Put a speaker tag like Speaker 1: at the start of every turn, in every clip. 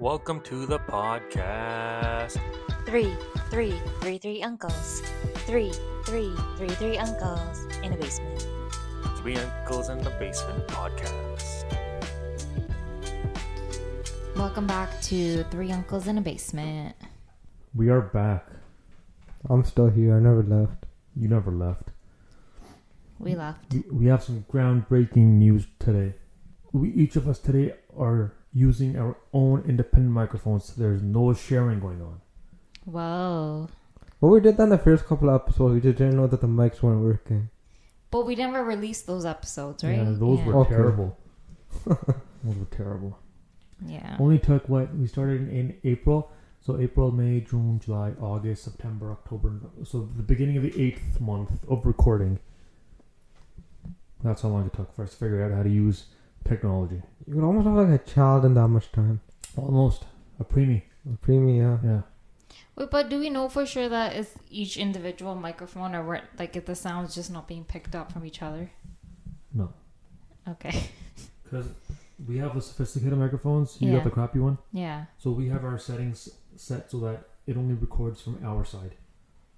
Speaker 1: Welcome to the podcast.
Speaker 2: Three, three, three, three uncles. Three, three, three, three uncles in a basement.
Speaker 1: Three Uncles in the Basement podcast.
Speaker 2: Welcome back to Three Uncles in a Basement.
Speaker 3: We are back.
Speaker 4: I'm still here. I never left.
Speaker 3: You never left.
Speaker 2: We left.
Speaker 3: We, we have some groundbreaking news today. We each of us today are using our own independent microphones, so there's no sharing going on.
Speaker 2: Whoa.
Speaker 4: Well, we did that in the first couple of episodes. We just didn't know that the mics weren't working.
Speaker 2: But we never released those episodes, right?
Speaker 3: Yeah, those
Speaker 2: yeah.
Speaker 3: were
Speaker 4: Okay.
Speaker 3: terrible. those were terrible.
Speaker 2: Yeah.
Speaker 3: Only took what we started in, in April, so April, May, June, July, August, September, October. So the beginning of the eighth month of recording. That's how long it took for us to figure out how to use technology.
Speaker 4: You would almost look like a child in that much time.
Speaker 3: Almost a preemie.
Speaker 4: Premium.
Speaker 3: Yeah.
Speaker 2: Wait, but do we know for sure that it's each individual microphone or what? Like, if the sound's just not being picked up from each other?
Speaker 3: No.
Speaker 2: Okay.
Speaker 3: Because we have the sophisticated microphones, you
Speaker 2: Yeah.
Speaker 3: got the crappy one.
Speaker 2: Yeah.
Speaker 3: So we have our settings set so that it only records from our side.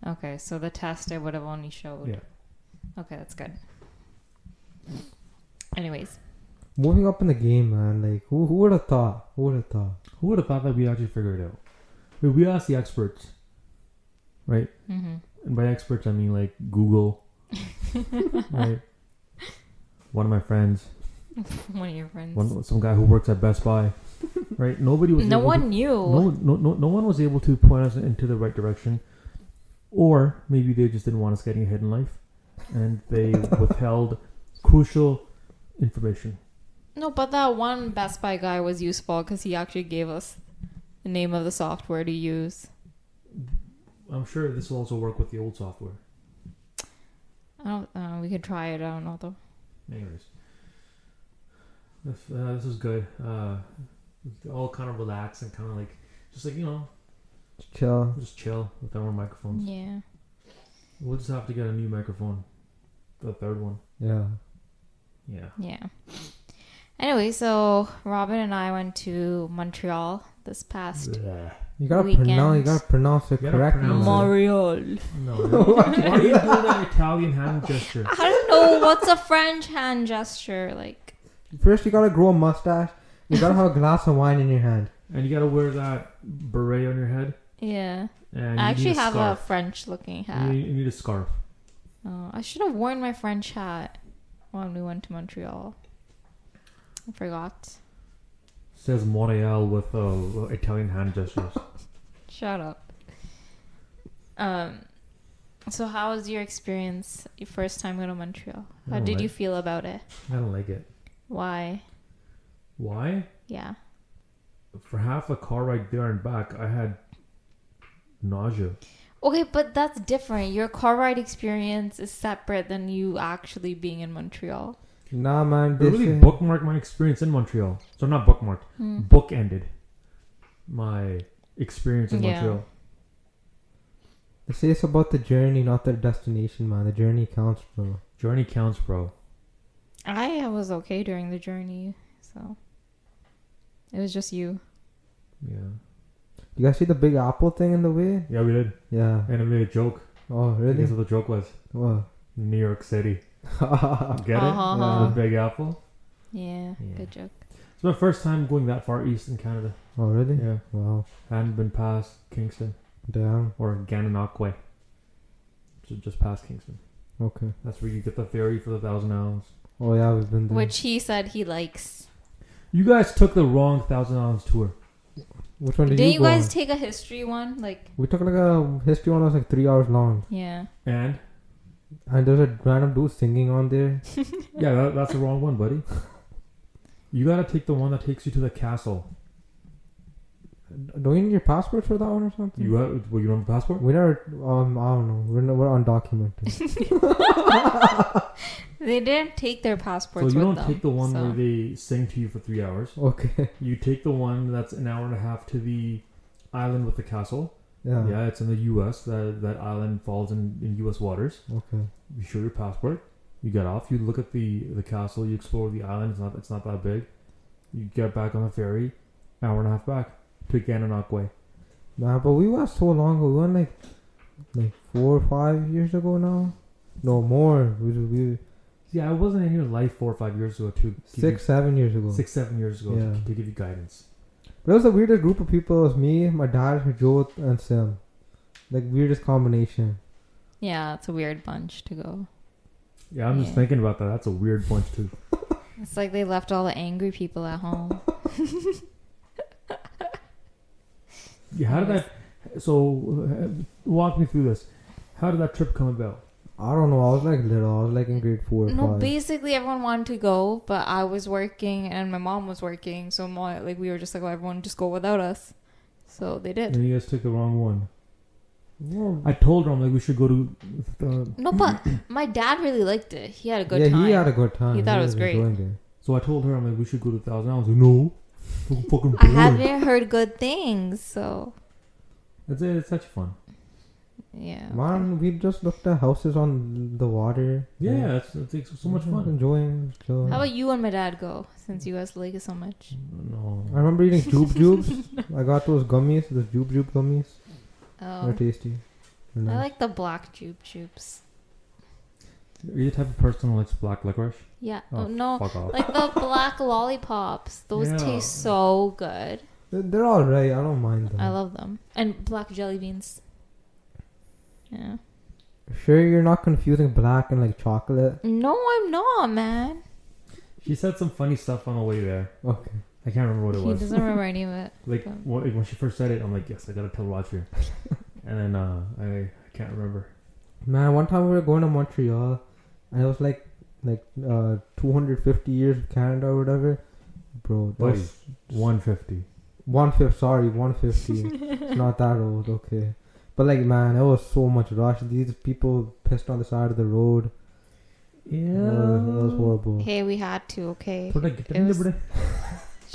Speaker 2: Okay. So the tester would have only showed.
Speaker 3: Yeah.
Speaker 2: Okay, that's good. Anyways,
Speaker 4: Moving up in the game, man. Like, who, who would have thought? Who would have thought?
Speaker 3: Who would have thought that we actually figured it out? We, we asked the experts, right?
Speaker 2: mm-hmm.
Speaker 3: And by experts, I mean like Google, right? One of my friends,
Speaker 2: one of your friends.
Speaker 3: one some guy who works at Best Buy, right? Nobody was
Speaker 2: no
Speaker 3: able
Speaker 2: one
Speaker 3: To,
Speaker 2: knew.
Speaker 3: no, no, no, no one was able to point us into the right direction, or maybe they just didn't want us getting ahead in life, and they withheld crucial information.
Speaker 2: No, but that one Best Buy guy was useful because he actually gave us the name of the software to use.
Speaker 3: I'm sure this will also work with the old software.
Speaker 2: I don't. Uh, we could try it. I don't know though.
Speaker 3: Anyways, this, uh, this is good. Uh, all kind of relax and kind of like just like you know
Speaker 4: Just Chill.
Speaker 3: just chill with our own microphones.
Speaker 2: Yeah.
Speaker 3: We'll just have to get a new microphone, the third one.
Speaker 4: Yeah.
Speaker 3: Yeah.
Speaker 2: Yeah. Anyway, so Robin and I went to Montreal this past
Speaker 4: You gotta
Speaker 2: Weekend.
Speaker 4: pronounce. You gotta pronounce it
Speaker 3: You gotta
Speaker 4: correctly.
Speaker 3: pronounce
Speaker 4: man.
Speaker 2: Montreal.
Speaker 3: No. Why are you doing that Italian hand gesture?
Speaker 2: I don't know what's a French hand gesture like.
Speaker 4: First, you gotta grow a mustache. You gotta have a glass of wine in your hand.
Speaker 3: And you gotta wear that beret on your head.
Speaker 2: Yeah.
Speaker 3: And
Speaker 2: I
Speaker 3: you
Speaker 2: actually
Speaker 3: need a
Speaker 2: have a
Speaker 3: scarf.
Speaker 2: French looking
Speaker 3: You,
Speaker 2: hat.
Speaker 3: need, you need a scarf.
Speaker 2: Oh, I should have worn my French hat when we went to Montreal. I forgot.
Speaker 3: Says Montreal with uh, Italian hand gestures.
Speaker 2: Shut up. Um, so how was your experience? Your first time going to Montreal? How
Speaker 3: Oh,
Speaker 2: did
Speaker 3: I-
Speaker 2: you feel about it?
Speaker 3: I don't like it.
Speaker 2: Why?
Speaker 3: Why?
Speaker 2: Yeah.
Speaker 3: For half the car ride there and back, I had nausea.
Speaker 2: Okay, but that's different. Your car ride experience is separate than you actually being in Montreal.
Speaker 4: Nah, man.
Speaker 3: I
Speaker 4: This
Speaker 3: really
Speaker 4: is-
Speaker 3: bookmarked my experience in Montreal. So not bookmarked,
Speaker 2: Hmm.
Speaker 3: bookended my experience in
Speaker 2: Yeah.
Speaker 3: Montreal.
Speaker 4: They say it's about the journey, not the destination, man. The journey counts, bro.
Speaker 3: Journey counts, bro.
Speaker 2: I was okay during the journey, so it was just you.
Speaker 3: Yeah.
Speaker 4: You guys see the big apple thing in the way?
Speaker 3: Yeah, we did.
Speaker 4: Yeah.
Speaker 3: And I made a joke.
Speaker 4: Oh, really?
Speaker 3: That's what the joke was.
Speaker 4: Whoa. Oh,
Speaker 3: New York City. Get
Speaker 2: Uh-huh,
Speaker 3: it?
Speaker 2: uh-huh.
Speaker 3: The Big Apple.
Speaker 2: Yeah,
Speaker 3: Yeah.
Speaker 2: good joke.
Speaker 3: It's my first time going that far east in Canada.
Speaker 4: Oh, really?
Speaker 3: Yeah.
Speaker 4: Wow.
Speaker 3: I hadn't been past Kingston
Speaker 4: Damn.
Speaker 3: or Gananoque. So just past Kingston.
Speaker 4: Okay.
Speaker 3: That's where you get the ferry for the thousand hours.
Speaker 4: Oh, yeah, we've been there.
Speaker 2: Which he said he likes.
Speaker 3: You guys took the wrong thousand ounce tour.
Speaker 4: Which one did
Speaker 2: Didn't you,
Speaker 4: you, go
Speaker 2: guys
Speaker 4: on?
Speaker 2: take a history one? Like,
Speaker 4: we took like a history one that was like three hours long,
Speaker 2: yeah.
Speaker 3: And
Speaker 4: and there's a random dude singing on there.
Speaker 3: yeah, that, that's the wrong one, buddy. You gotta take the one that takes you to the castle.
Speaker 4: Don't you need your passport for that one or something?
Speaker 3: You got, well, you don't have a passport.
Speaker 4: we never. Um, I don't know. We're no, we're undocumented.
Speaker 2: They didn't take their
Speaker 3: So
Speaker 2: passports
Speaker 3: you
Speaker 2: with
Speaker 3: don't
Speaker 2: them.
Speaker 3: take the one
Speaker 2: so-
Speaker 3: where they sing to you for three hours.
Speaker 4: okay.
Speaker 3: You take the one that's an hour and a half to the island with the castle.
Speaker 4: Yeah.
Speaker 3: Yeah, it's in the U.S. That that island falls in, in U.S. waters.
Speaker 4: Okay.
Speaker 3: You show your passport. You get off. You look at the the castle. You explore the island. It's not it's not that big. You get back on the ferry. Hour and a half back. to Gananoque.
Speaker 4: Nah, but we went so long ago. We went like like four or five years ago now. No more. We, we
Speaker 3: Yeah, I wasn't in your life four or five years ago to give
Speaker 4: six, seven years ago.
Speaker 3: you, six, seven years ago
Speaker 4: Yeah.
Speaker 3: to, to give you guidance.
Speaker 4: But it was a weirdest group of people. It was me, my dad, Joe, and Sam. Like weirdest combination.
Speaker 2: Yeah, it's a weird bunch to go.
Speaker 3: Yeah, I'm just
Speaker 2: Yeah.
Speaker 3: thinking about that. That's a weird bunch too.
Speaker 2: It's like they left all the angry people at home.
Speaker 3: Yeah, how did that? So, uh, walk me through this. How did that trip come about?
Speaker 4: I don't know. I was like little. I was like in grade four or
Speaker 2: No,
Speaker 4: five.
Speaker 2: basically everyone wanted to go, but I was working and my mom was working, so my, like we were just like, well, everyone just go without us. So they did.
Speaker 3: And you guys took the wrong one.
Speaker 4: No.
Speaker 3: I told her I'm like we should go to. Uh,
Speaker 2: No, but my dad really liked it. He had a good
Speaker 4: yeah,
Speaker 2: time.
Speaker 4: he had a good time.
Speaker 2: He thought it was great.
Speaker 4: enjoying it.
Speaker 3: so I told her I'm like we should go to Thousand Islands. Like, no, I'm fucking
Speaker 2: I
Speaker 3: bored.
Speaker 2: haven't heard good things, so
Speaker 3: That's it. It's such fun.
Speaker 2: yeah.
Speaker 4: Man, we just looked at houses on the water.
Speaker 3: Yeah, it's, it's, it's so much fun.
Speaker 4: Enjoying. So.
Speaker 2: How about you and my dad go since you guys like it so much?
Speaker 3: No,
Speaker 4: Mm-hmm. I remember eating Jube Jubes. I got those gummies, those Jube Jube gummies.
Speaker 2: Oh,
Speaker 4: They're tasty. They're
Speaker 2: I
Speaker 4: nice.
Speaker 2: like the black jupe jupes.
Speaker 3: are you the type of person who likes black licorice?
Speaker 2: Yeah.
Speaker 3: Oh,
Speaker 2: Oh, no,
Speaker 3: Fuck off.
Speaker 2: like the black lollipops. Those
Speaker 3: Yeah.
Speaker 2: taste so good.
Speaker 4: They're, they're all right. I don't mind
Speaker 3: Uh-huh.
Speaker 4: them.
Speaker 2: I love them. And black jelly beans. Yeah.
Speaker 4: Sure, you're not confusing black and like chocolate.
Speaker 2: No, I'm not, man.
Speaker 3: She said some funny stuff on the way there.
Speaker 4: Okay.
Speaker 3: I can't remember what it
Speaker 2: He
Speaker 3: was.
Speaker 2: doesn't remember any of it.
Speaker 3: Like
Speaker 2: Um,
Speaker 3: wh- like, when she first said it, I'm like, yes, I gotta tell Roger. and then uh, I I can't remember.
Speaker 4: Man, one time we were going to Montreal, and it was like like uh 250 years of Canada or whatever, bro. that
Speaker 3: Buddy.
Speaker 4: was-
Speaker 3: 150.
Speaker 4: One fifth, sorry, one fifty. it's not that old, okay. But like, man, it was so much rush. These people pissed on the side of the road.
Speaker 3: Yeah.
Speaker 4: It was, it was horrible.
Speaker 2: Hey, we had to, okay?
Speaker 3: But like,
Speaker 2: It was-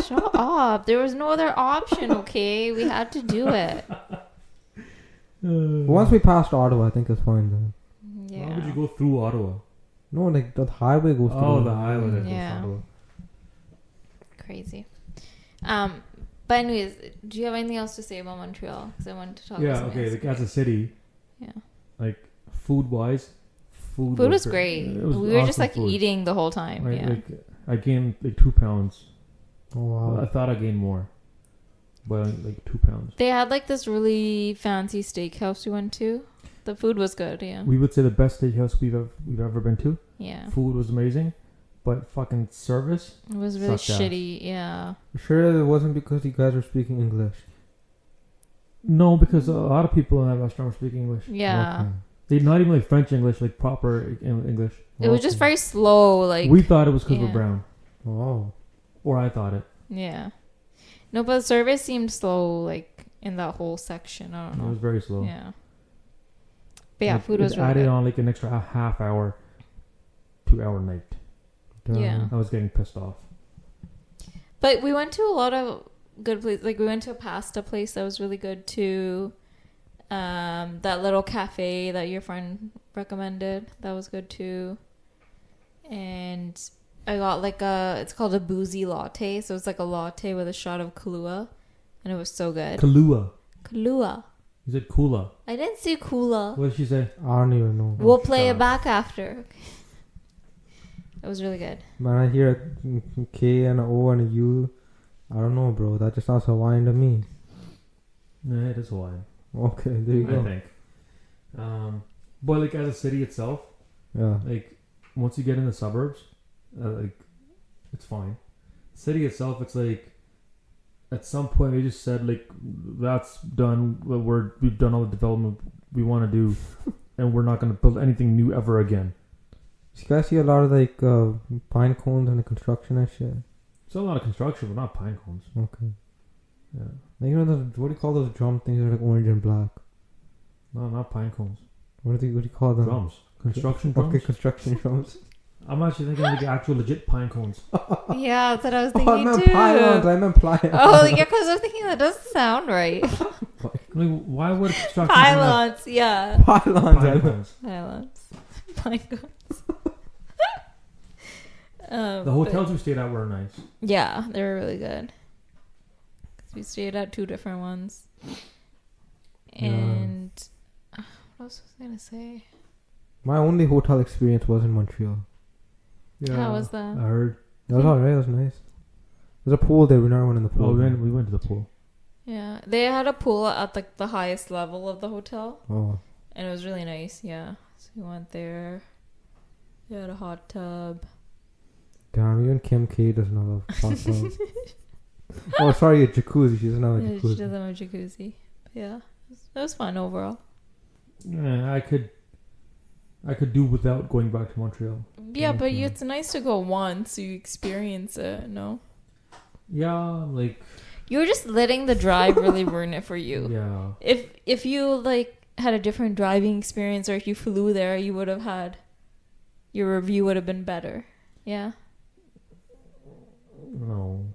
Speaker 2: Shut up. There was no other option, okay? We had to do it.
Speaker 4: But once we passed Ottawa, I think it's fine though.
Speaker 2: Yeah.
Speaker 3: Uh, Why would you go through Ottawa?
Speaker 4: No, like the highway goes
Speaker 3: Oh,
Speaker 4: through.
Speaker 3: the highway that goes
Speaker 2: Yeah.
Speaker 3: to Ottawa.
Speaker 2: Crazy. Um, but anyways, do you have anything else to say about Montreal? Because I wanted to talk. about
Speaker 3: Yeah,
Speaker 2: something
Speaker 3: okay.
Speaker 2: else.
Speaker 3: Like, as a city,
Speaker 2: Yeah.
Speaker 3: like food wise, food,
Speaker 2: Food was
Speaker 3: gr-
Speaker 2: great.
Speaker 3: It
Speaker 2: we were just
Speaker 3: awesome
Speaker 2: like
Speaker 3: food.
Speaker 2: eating the whole time.
Speaker 3: Right,
Speaker 2: yeah.
Speaker 3: Like I gained like two pounds.
Speaker 4: Oh, wow.
Speaker 3: I thought I gained more, but like two pounds.
Speaker 2: they had like this really fancy steakhouse we went to. The food was good. Yeah.
Speaker 3: We would say the best steakhouse we've ever, we've ever been to.
Speaker 2: yeah.
Speaker 3: Food was amazing, but fucking service.
Speaker 2: It was really
Speaker 3: Sucked ass.
Speaker 2: shitty. Yeah.
Speaker 4: Sure, it wasn't because you guys were speaking English.
Speaker 3: No, because a lot of people in that restaurant were speaking English.
Speaker 2: Yeah.
Speaker 4: Okay.
Speaker 3: They not even like French English, like proper en- English.
Speaker 2: It was just
Speaker 4: Okay.
Speaker 2: very slow. Like.
Speaker 3: we thought it was because we're
Speaker 2: yeah.
Speaker 3: brown,
Speaker 4: Wow.
Speaker 3: or I thought it.
Speaker 2: yeah. No, but the service seemed slow. Like in that whole section. I don't
Speaker 3: It was
Speaker 2: know.
Speaker 3: very slow.
Speaker 2: Yeah. But yeah,
Speaker 3: Like,
Speaker 2: food
Speaker 3: it
Speaker 2: was really
Speaker 3: added
Speaker 2: good.
Speaker 3: on like an extra h- half hour, two hour night.
Speaker 4: Damn.
Speaker 2: Yeah.
Speaker 3: I was getting pissed off.
Speaker 2: But we went to a lot of good places. Like we went to a pasta place that was really good too. Um, that little cafe that your friend recommended that was good too. And I got like a it's called a boozy latte, so it's like a latte with a shot of Kahlua, and it was so good.
Speaker 3: Kahlua.
Speaker 2: Kahlua.
Speaker 3: You said Kula.
Speaker 2: I didn't see Kahlua.
Speaker 3: What did she say?
Speaker 4: I don't even know.
Speaker 2: We'll play
Speaker 3: shut
Speaker 2: it
Speaker 3: up.
Speaker 2: back after. it was really good.
Speaker 4: Man, I hear a K and a O and a U. I don't know, bro. That just sounds Hawaiian to me.
Speaker 3: Nah, it is Hawaiian.
Speaker 4: Okay, there you
Speaker 3: I
Speaker 4: go.
Speaker 3: think. Um, but like as a city itself,
Speaker 4: Yeah.
Speaker 3: like once you get in the suburbs, uh, like it's fine. City itself, it's like at some point they just said like that's done. We're we've done all the development we want to do, and we're not going to build anything new ever again.
Speaker 4: You guys see a lot of like uh, pine cones and the construction and shit.
Speaker 3: Still a lot of construction, but not pine cones.
Speaker 4: Okay.
Speaker 3: Yeah,
Speaker 4: Like, you know, those, what do you call those drum things that are like orange and black?
Speaker 3: no, not pine cones.
Speaker 4: What do you, what do you call them?
Speaker 3: Drums, construction drums.
Speaker 4: Okay, construction drums.
Speaker 3: I'm actually thinking like actual legit pine cones.
Speaker 2: Yeah, that's what I was
Speaker 4: oh, I
Speaker 2: thinking
Speaker 4: meant
Speaker 2: too.
Speaker 4: pylons. I meant pylons.
Speaker 2: Oh, yeah, because I'm thinking that doesn't sound right.
Speaker 3: Like, why would a construction drone have
Speaker 2: Pylons, yeah.
Speaker 4: Pylons. I
Speaker 3: pine
Speaker 4: meant-
Speaker 3: cones?
Speaker 2: Pylons. Pylons. um,
Speaker 3: The hotels we stayed at were nice.
Speaker 2: but- yeah, they were really good. we stayed at two different ones.
Speaker 4: Yeah.
Speaker 2: And uh, what else was I gonna say?
Speaker 4: My only hotel experience was in Montreal.
Speaker 2: How was that?
Speaker 3: I
Speaker 4: Uh.
Speaker 3: heard.
Speaker 4: That was alright. That was nice. There's a pool there. We never went in the pool.
Speaker 3: Oh, we went, we went to the pool.
Speaker 2: yeah, they had a pool at like the highest level of the hotel,
Speaker 4: Oh,
Speaker 2: and it was really nice. Yeah, so we went there. They had a hot tub.
Speaker 4: damn! Even Kim K doesn't know the hot tub. oh, sorry, a jacuzzi. She doesn't know a
Speaker 2: Yeah, she
Speaker 4: jacuzzi.
Speaker 2: doesn't have a jacuzzi. But yeah, it was, it was fun overall.
Speaker 3: Yeah, I could. I could do without going back to Montreal.
Speaker 2: Yeah, but
Speaker 3: Mm-hmm.
Speaker 4: Okay.
Speaker 2: it's nice to go once you experience it. No,
Speaker 3: Yeah, like
Speaker 2: you're just letting the drive really ruin it for you.
Speaker 3: yeah,
Speaker 2: If if you like had a different driving experience or if you flew there, you would have had your review would have been better. Yeah.
Speaker 3: no,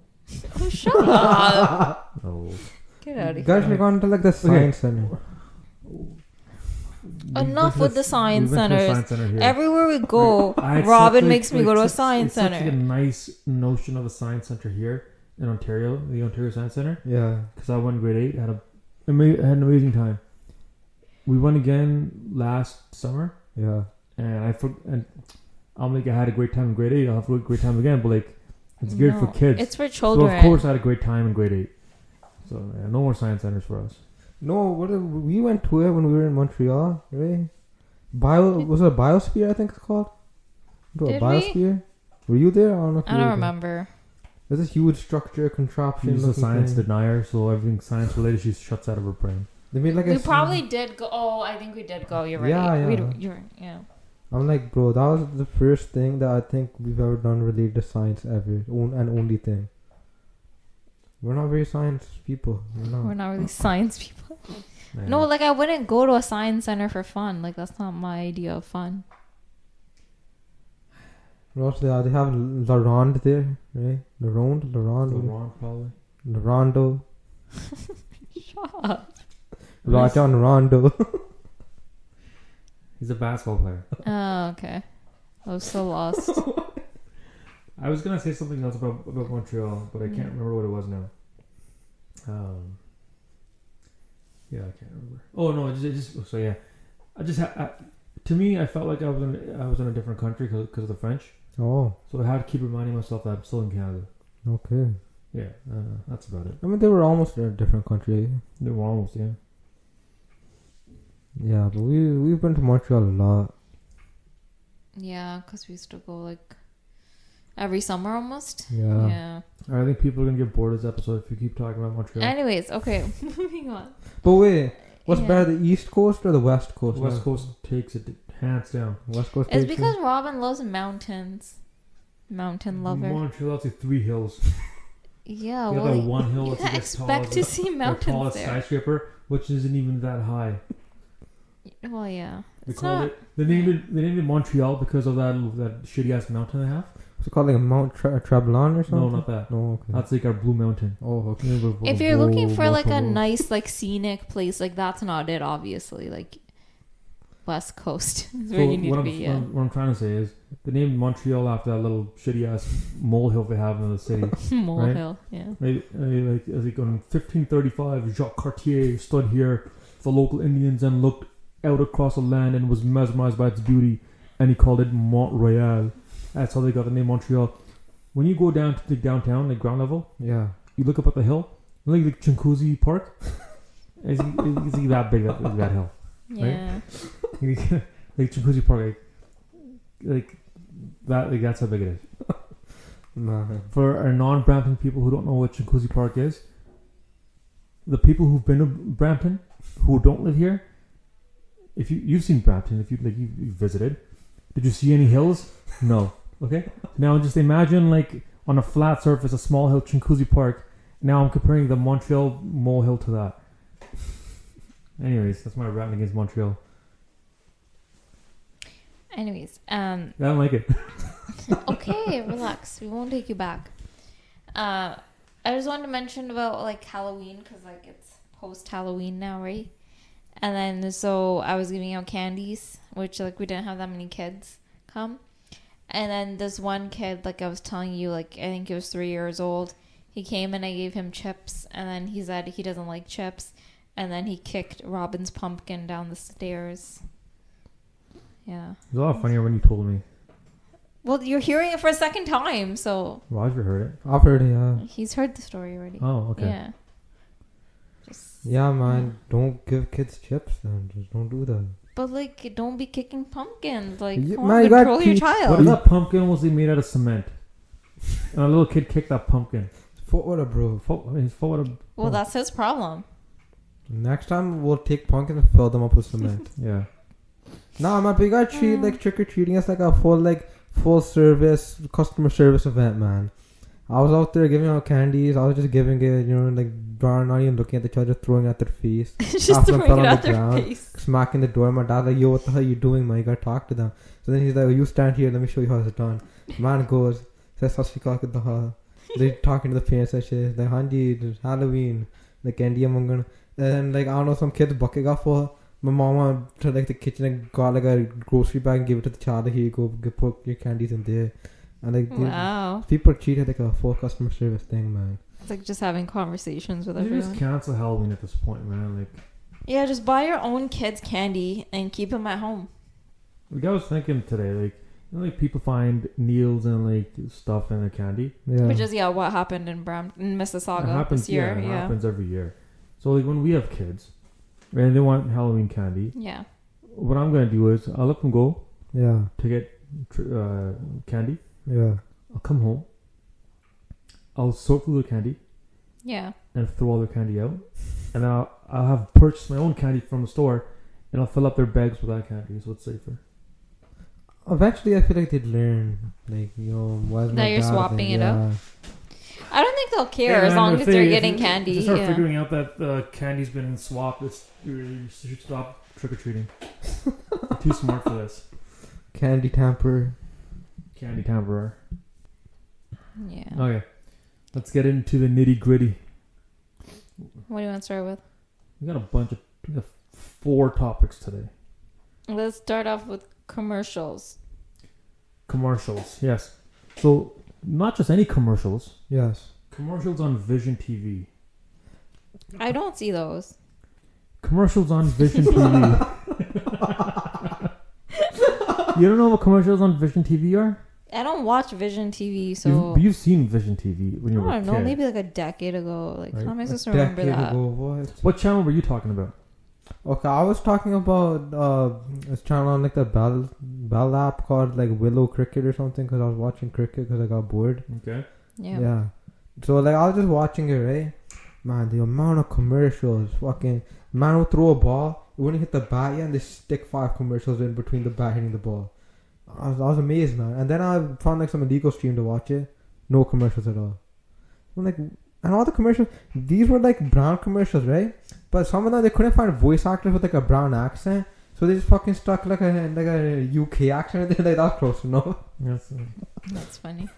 Speaker 2: Oh, shut up.
Speaker 3: no.
Speaker 2: Get out of here.
Speaker 4: Guys, we gone to like the science center.
Speaker 2: Enough with the science centers.
Speaker 3: center here.
Speaker 2: Everywhere we go,
Speaker 3: I accept,
Speaker 2: Robin
Speaker 3: like-
Speaker 2: makes me
Speaker 3: like,
Speaker 2: go to a
Speaker 3: such-
Speaker 2: science
Speaker 3: it's such
Speaker 2: center.
Speaker 3: a nice notion of a science center here in Ontario, the Ontario Science Center.
Speaker 4: Yeah.
Speaker 3: Because I went in grade eight, had a ama- had an amazing time. We went again last summer,
Speaker 4: Yeah.
Speaker 3: and I for- and I'm like I had a great time in grade eight. I'll have a great time again, but like it's geared for
Speaker 2: No,
Speaker 3: kids.
Speaker 2: It's for
Speaker 3: so
Speaker 2: children.
Speaker 3: of course I had a great time in grade eight. So yeah, no more science centers for us.
Speaker 4: No, what a- we went to it when we were in Montreal, right? Bio was it a biosphere? I think it's called. To a
Speaker 2: Did we?
Speaker 4: biosphere. Were you there? I don't know. If you
Speaker 2: I don't
Speaker 4: were there.
Speaker 2: remember.
Speaker 4: There's this huge structure contraption.
Speaker 3: She's a
Speaker 4: looking
Speaker 3: science
Speaker 4: thing.
Speaker 3: denier, so everything science related she shuts out of her brain.
Speaker 4: They made like a.
Speaker 2: We
Speaker 4: s-
Speaker 2: probably did go. Oh, I think we did go. You're right.
Speaker 4: Yeah, yeah.
Speaker 2: We, you're, yeah.
Speaker 4: I'm like, bro, that was the first thing that I think we've ever done related to science ever, on, and only thing. We're not very science people. We're not.
Speaker 2: We're not really science people.
Speaker 3: Yeah.
Speaker 2: No, like I wouldn't go to a science center for fun. Like that's not my idea of fun.
Speaker 4: What else they, have? they have La Ronde there, right? La Ronde, La Ronde,
Speaker 3: The wrong probably.
Speaker 4: La Rondo,
Speaker 2: Shut up.
Speaker 4: Rajon Rondo.
Speaker 3: He's a basketball player.
Speaker 2: Oh, okay. I was so lost.
Speaker 3: I was gonna say something else about about Montreal, but I
Speaker 2: Yeah.
Speaker 3: can't remember what it was now. Um, yeah, I can't remember. Oh no, it just, it just so yeah, I just ha- I, to me, I felt like I was in I was in a different country because of the French,
Speaker 4: oh,
Speaker 3: so I had to keep reminding myself that I'm still in Canada.
Speaker 4: okay.
Speaker 3: Yeah, uh, that's about it.
Speaker 4: I mean, they were almost in a different country.
Speaker 3: They were almost yeah.
Speaker 4: Yeah, but we we've been to Montreal a lot.
Speaker 2: Yeah, because we used to go like every summer almost.
Speaker 4: Yeah.
Speaker 2: Yeah.
Speaker 3: I think people are gonna get bored of this episode if you keep talking about Montreal.
Speaker 2: Anyways, okay, moving on.
Speaker 4: But wait, what's
Speaker 2: Yeah.
Speaker 4: better, the East Coast or the West Coast?
Speaker 3: West
Speaker 4: now?
Speaker 3: Coast takes it hands down.
Speaker 4: West Coast.
Speaker 2: It's
Speaker 4: takes it.
Speaker 2: because Robin loves mountains. Mountain lover.
Speaker 3: Montreal's like three hills.
Speaker 2: yeah,
Speaker 3: You got
Speaker 2: Oh, well,
Speaker 3: that one hill
Speaker 2: you
Speaker 3: that's like
Speaker 2: can
Speaker 3: as tall as
Speaker 2: expect to
Speaker 3: a-
Speaker 2: see
Speaker 3: the
Speaker 2: mountains
Speaker 3: tallest
Speaker 2: there.
Speaker 3: skyscraper, which isn't even that high.
Speaker 2: Well, yeah.
Speaker 3: They
Speaker 2: It's
Speaker 3: called
Speaker 2: not.
Speaker 3: it. They named it. They named it Montreal because of that that shitty ass mountain they have.
Speaker 4: What's it called, like a Mount Tra- Treblon or
Speaker 3: No,
Speaker 4: something?
Speaker 3: not that.
Speaker 4: No, okay.
Speaker 3: That's like our blue mountain.
Speaker 4: oh, okay.
Speaker 2: If you're looking for like a
Speaker 3: night,
Speaker 2: nice, like scenic place, like that's not it, obviously. Like West Coast is where you need
Speaker 3: what,
Speaker 2: to
Speaker 3: I'm,
Speaker 2: be.
Speaker 3: what
Speaker 2: Yeah.
Speaker 3: I'm- what I'm trying to say is they named Montreal after that little shitty ass molehill they have in the city.
Speaker 2: Molehill. Yeah.
Speaker 3: Maybe, maybe like as like in 1535, Jacques Cartier stood here for local Indians and looked out across the land and was mesmerized by its beauty, and he called it Mont Royal. That's how they got the name Montreal. When you go down to the downtown, like ground level,
Speaker 4: Yeah.
Speaker 3: you look up at the hill, you look at the Chinkuzi Park. It's, it's, it's that big, that, that hill.
Speaker 2: Yeah.
Speaker 3: like Chinkuzi Park, like, like that. Like that's how big it is.
Speaker 4: Nah.
Speaker 3: For our non-Brampton people who don't know what Chinkuzi Park is, the people who've been to Brampton, who don't live here, if you you've seen Brampton, if you like you, you visited, did you see any hills? No. Okay. Now just imagine like on a flat surface, a small hill, Chinkuzi Park. Now I'm comparing the Montreal molehill to that. Anyways, that's my rant against Montreal.
Speaker 2: Anyways, um,
Speaker 3: I don't like it.
Speaker 2: okay, relax. We won't take you back. Uh, I just wanted to mention about like Halloween because like it's post Halloween now, right? And then so I was giving out candies, which like we didn't have that many kids come. And then this one kid, like I was telling you, like I think he was three years old. He came and I gave him chips, and then he said he doesn't like chips, and then he kicked Robin's pumpkin down the stairs. Yeah.
Speaker 3: It was a lot funnier when you told me.
Speaker 2: Well, you're hearing it for a second time, so
Speaker 3: Roger heard it.
Speaker 4: I've heard it, yeah.
Speaker 2: he's heard the story already.
Speaker 3: Oh, okay.
Speaker 2: Yeah. Just,
Speaker 4: Yeah, man. Don't give kids chips, then. Just don't do that.
Speaker 2: But like, don't be kicking pumpkins. Like,
Speaker 4: You-
Speaker 2: come on,
Speaker 4: man, you gotta
Speaker 2: control your
Speaker 4: teach-
Speaker 3: What if
Speaker 2: child.
Speaker 3: that pumpkin was made out of cement? And a little kid kicked that pumpkin.
Speaker 4: For what, bro?
Speaker 3: Fo- I mean, his foot would have.
Speaker 2: Well, that's his problem.
Speaker 4: Next time, we'll take pumpkins and fill them up with cement.
Speaker 3: Yeah.
Speaker 4: nah, man, but you gotta treat, like, trick-or-treating us like a full, like, full-service, customer service event, man. I was out there giving out candies. I was just giving it, you know, like, not even looking at the child, just throwing it at their face.
Speaker 2: Just
Speaker 4: Half of them fell
Speaker 2: throwing
Speaker 4: on
Speaker 2: it
Speaker 4: the
Speaker 2: out their
Speaker 4: ground.
Speaker 2: face.
Speaker 4: smacking the door. My dad like, yo, what the hell you doing, man? You gotta talk to them. So then he's like, "Oh, you stand here, let me show you how it's done. Man goes, says Sashikak at the hall. They're talking to the parents and shit. Like, Hanji, it's Halloween, like candy among them. And like, I don't know, some kids bucket got for my mama to like the kitchen and got like a grocery bag and gave it to the child. Like, here you go, g- put your candies in there. And like, they-
Speaker 2: Wow.
Speaker 4: people treat it like a full customer service thing, man.
Speaker 2: It's like just having conversations with
Speaker 3: You just
Speaker 2: everyone.
Speaker 3: cancel Halloween at this point, man. Like,
Speaker 2: Yeah, just buy your own kids candy and keep them at home.
Speaker 3: like I was thinking today, like, you know, like people find needles and like stuff in their candy.
Speaker 4: Yeah.
Speaker 2: Which is yeah, what happened in Bram in Mississauga
Speaker 3: it happens.
Speaker 2: this year.
Speaker 3: yeah, it
Speaker 2: Yeah.
Speaker 3: happens every year. So like when we have kids, and they want Halloween candy,
Speaker 2: Yeah.
Speaker 3: what I'm gonna do is I'll let them go
Speaker 4: yeah,
Speaker 3: to get tr- uh, candy.
Speaker 4: yeah.
Speaker 3: I'll come home. I'll sort through the candy
Speaker 2: Yeah.
Speaker 3: and throw all their candy out, and I'll I'll have purchased my own candy from the store, and I'll fill up their bags with that candy, so it's safer.
Speaker 4: Eventually, I feel like they'd learn, like you know, why is
Speaker 2: That
Speaker 4: my
Speaker 2: you're
Speaker 4: dad like,
Speaker 2: swapping it up?
Speaker 4: yeah.
Speaker 2: I don't think they'll care as long as they're getting candy.
Speaker 3: If you start
Speaker 2: yeah.
Speaker 3: figuring out that uh, candy's been swapped, it's, you should stop trick or treating. Too smart for this.
Speaker 4: Candy tamper.
Speaker 3: Candy tamperer.
Speaker 2: yeah.
Speaker 3: Okay, let's get into the nitty gritty.
Speaker 2: What do you want to start with?
Speaker 3: We got a bunch of we got four topics today.
Speaker 2: Let's start off with commercials.
Speaker 3: Commercials, yes. So not just any commercials.
Speaker 4: Yes.
Speaker 3: Commercials on Vision TV.
Speaker 2: I don't see those.
Speaker 3: Commercials on Vision TV. you don't know what commercials on Vision TV are?
Speaker 2: I don't watch Vision TV,
Speaker 3: You've-
Speaker 2: so
Speaker 3: you've, seen Vision TV when
Speaker 2: I
Speaker 3: you were a
Speaker 2: don't know.
Speaker 3: kid.
Speaker 2: Maybe like a decade ago. Like
Speaker 3: Right.
Speaker 2: how am I supposed
Speaker 4: A
Speaker 2: to remember
Speaker 4: decade
Speaker 2: that?
Speaker 4: ago, what?
Speaker 3: What channel were you talking about?
Speaker 4: Okay, I was talking about uh, this channel on like the Bell Bell app called like Willow Cricket or something because I was watching cricket because I got bored.
Speaker 3: Okay.
Speaker 2: Yeah.
Speaker 4: So like I was just watching it, right? Man, the amount of commercials, fucking man will throw a ball, it wouldn't hit the bat yet, and they stick five commercials in between the bat hitting the ball. I was, I was amazed, man. And then I found like some illegal stream to watch it, no commercials at all. I'm like, and all the commercials, these were like brown commercials, right? But some of them they couldn't find voice actors with like a brown accent, so they just fucking stuck like a like a UK accent. They're like that's close, no?
Speaker 3: Yes. uh,
Speaker 2: That's funny.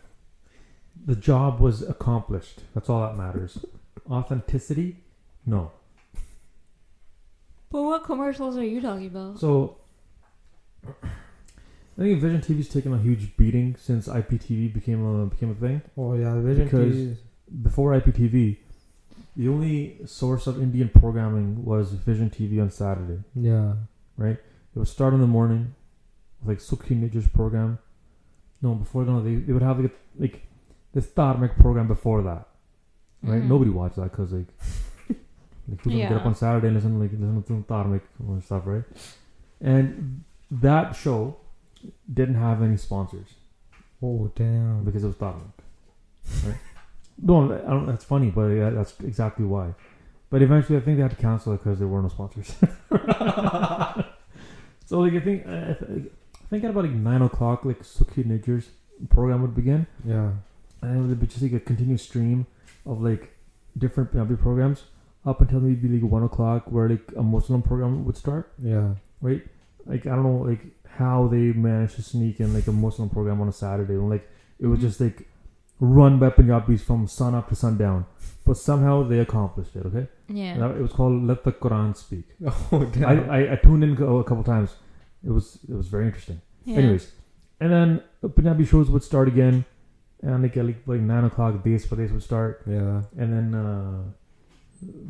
Speaker 3: The job was accomplished. That's all that matters. Authenticity? No.
Speaker 2: But what commercials are you talking about?
Speaker 3: So, I think Vision TV's taken a huge beating since IPTV became a became a thing.
Speaker 4: Oh yeah, Vision
Speaker 3: Because-
Speaker 4: TV.
Speaker 3: Before IPTV, the only source of Indian programming was Vision TV on Saturday.
Speaker 4: Yeah.
Speaker 3: It would start in the morning with like Sukhi Major's program. No, before no, they, they would have like, a, like this Dharmic program before that. Right?
Speaker 2: Mhm.
Speaker 3: Nobody watched that because like, like who's gonna get up
Speaker 2: Yeah.
Speaker 3: on Saturday and listen like listen to Dharmic and stuff, right? And that show didn't have any sponsors
Speaker 4: Oh damn.
Speaker 3: because it was Dharmic. Right? no, I don't, that's funny, but yeah, that's exactly why. But eventually, I think they had to cancel it because there were no sponsors. so, like, I think I, I think at about like nine o'clock, like Sukhi Niger's program would begin,
Speaker 4: Yeah.
Speaker 3: and it would be just like a continuous stream of like different Punjabi programs up until maybe like one o'clock, where like a Muslim program would start.
Speaker 4: Yeah.
Speaker 3: Like, I don't know, like how they managed to sneak in like a Muslim program on a Saturday, and like it
Speaker 2: Mm-hmm.
Speaker 3: was just like run by Punjabis from sun up to sundown. But somehow they accomplished it. Okay,
Speaker 2: Yeah.
Speaker 3: And it was called "Let the Quran Speak."
Speaker 4: Oh
Speaker 3: I, I, I tuned in a couple times. It was it was very interesting.
Speaker 2: yeah.
Speaker 3: Anyways, and then Punjabi shows would start again, And I think at like, like 9 o'clock, this for this would start.
Speaker 4: Yeah.
Speaker 3: And then uh,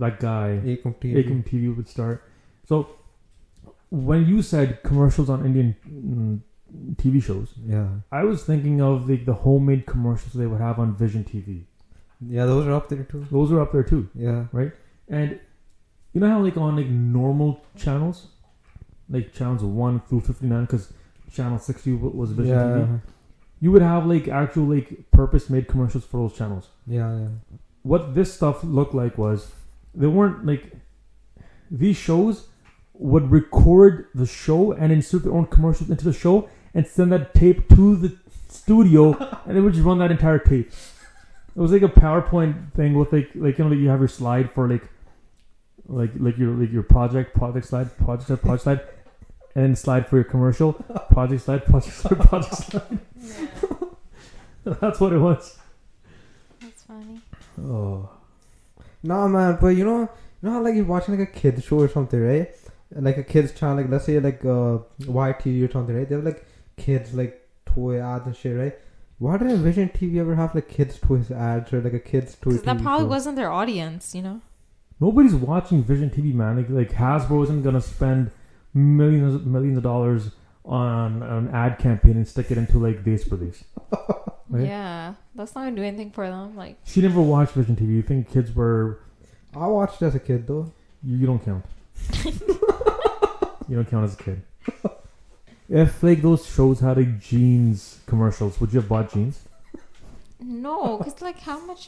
Speaker 3: that guy,
Speaker 4: Acom TV.
Speaker 3: Akram TV would start. So when you said commercials on Indian mm, TV shows,
Speaker 4: Yeah.
Speaker 3: I was thinking of the, the homemade commercials they would have on Vision TV.
Speaker 4: Yeah, those are up there too.
Speaker 3: Those are up there too.
Speaker 4: Yeah.
Speaker 3: And you know how like on like normal channels, like channels one through fifty nine, because channel sixty w- was Vision
Speaker 4: yeah.
Speaker 3: TV. You would have like actual like purpose made commercials for those channels.
Speaker 4: Yeah, yeah.
Speaker 3: What this stuff looked like was they weren't like these shows would record the show and insert their own commercials into the show and send that tape to the studio and they would just run that entire tape. It was like a PowerPoint thing with like like you know like you have your slide for like like like your like your project project slide project slide project slide and then slide for your commercial project slide project slide project slide. That's what it was.
Speaker 2: That's funny.
Speaker 3: Oh
Speaker 4: Nah, man, but you know, you know how like you're watching like a kids show or something, right? And, like a kids channel, like let's say like uh YT or something, right? They have like kids like toy ads and shit, right? Why didn't Vision TV ever have like kids toys ads or like a kids toy?
Speaker 2: Because that
Speaker 4: TV
Speaker 2: probably
Speaker 4: show?
Speaker 2: wasn't their audience, you know?
Speaker 3: Nobody's watching Vision TV, man. Like, like Hasbro isn't gonna spend millions millions of dollars on an ad campaign and stick it into like this for this. Right?
Speaker 2: Yeah. That's not going to do anything for them. Like,
Speaker 3: She never watched Vision TV. You think kids were?
Speaker 4: I watched as a kid though.
Speaker 3: You, you don't count. you don't count as a kid. If like those shows had like jeans commercials, would you have bought jeans?
Speaker 2: no. Because, like, how much.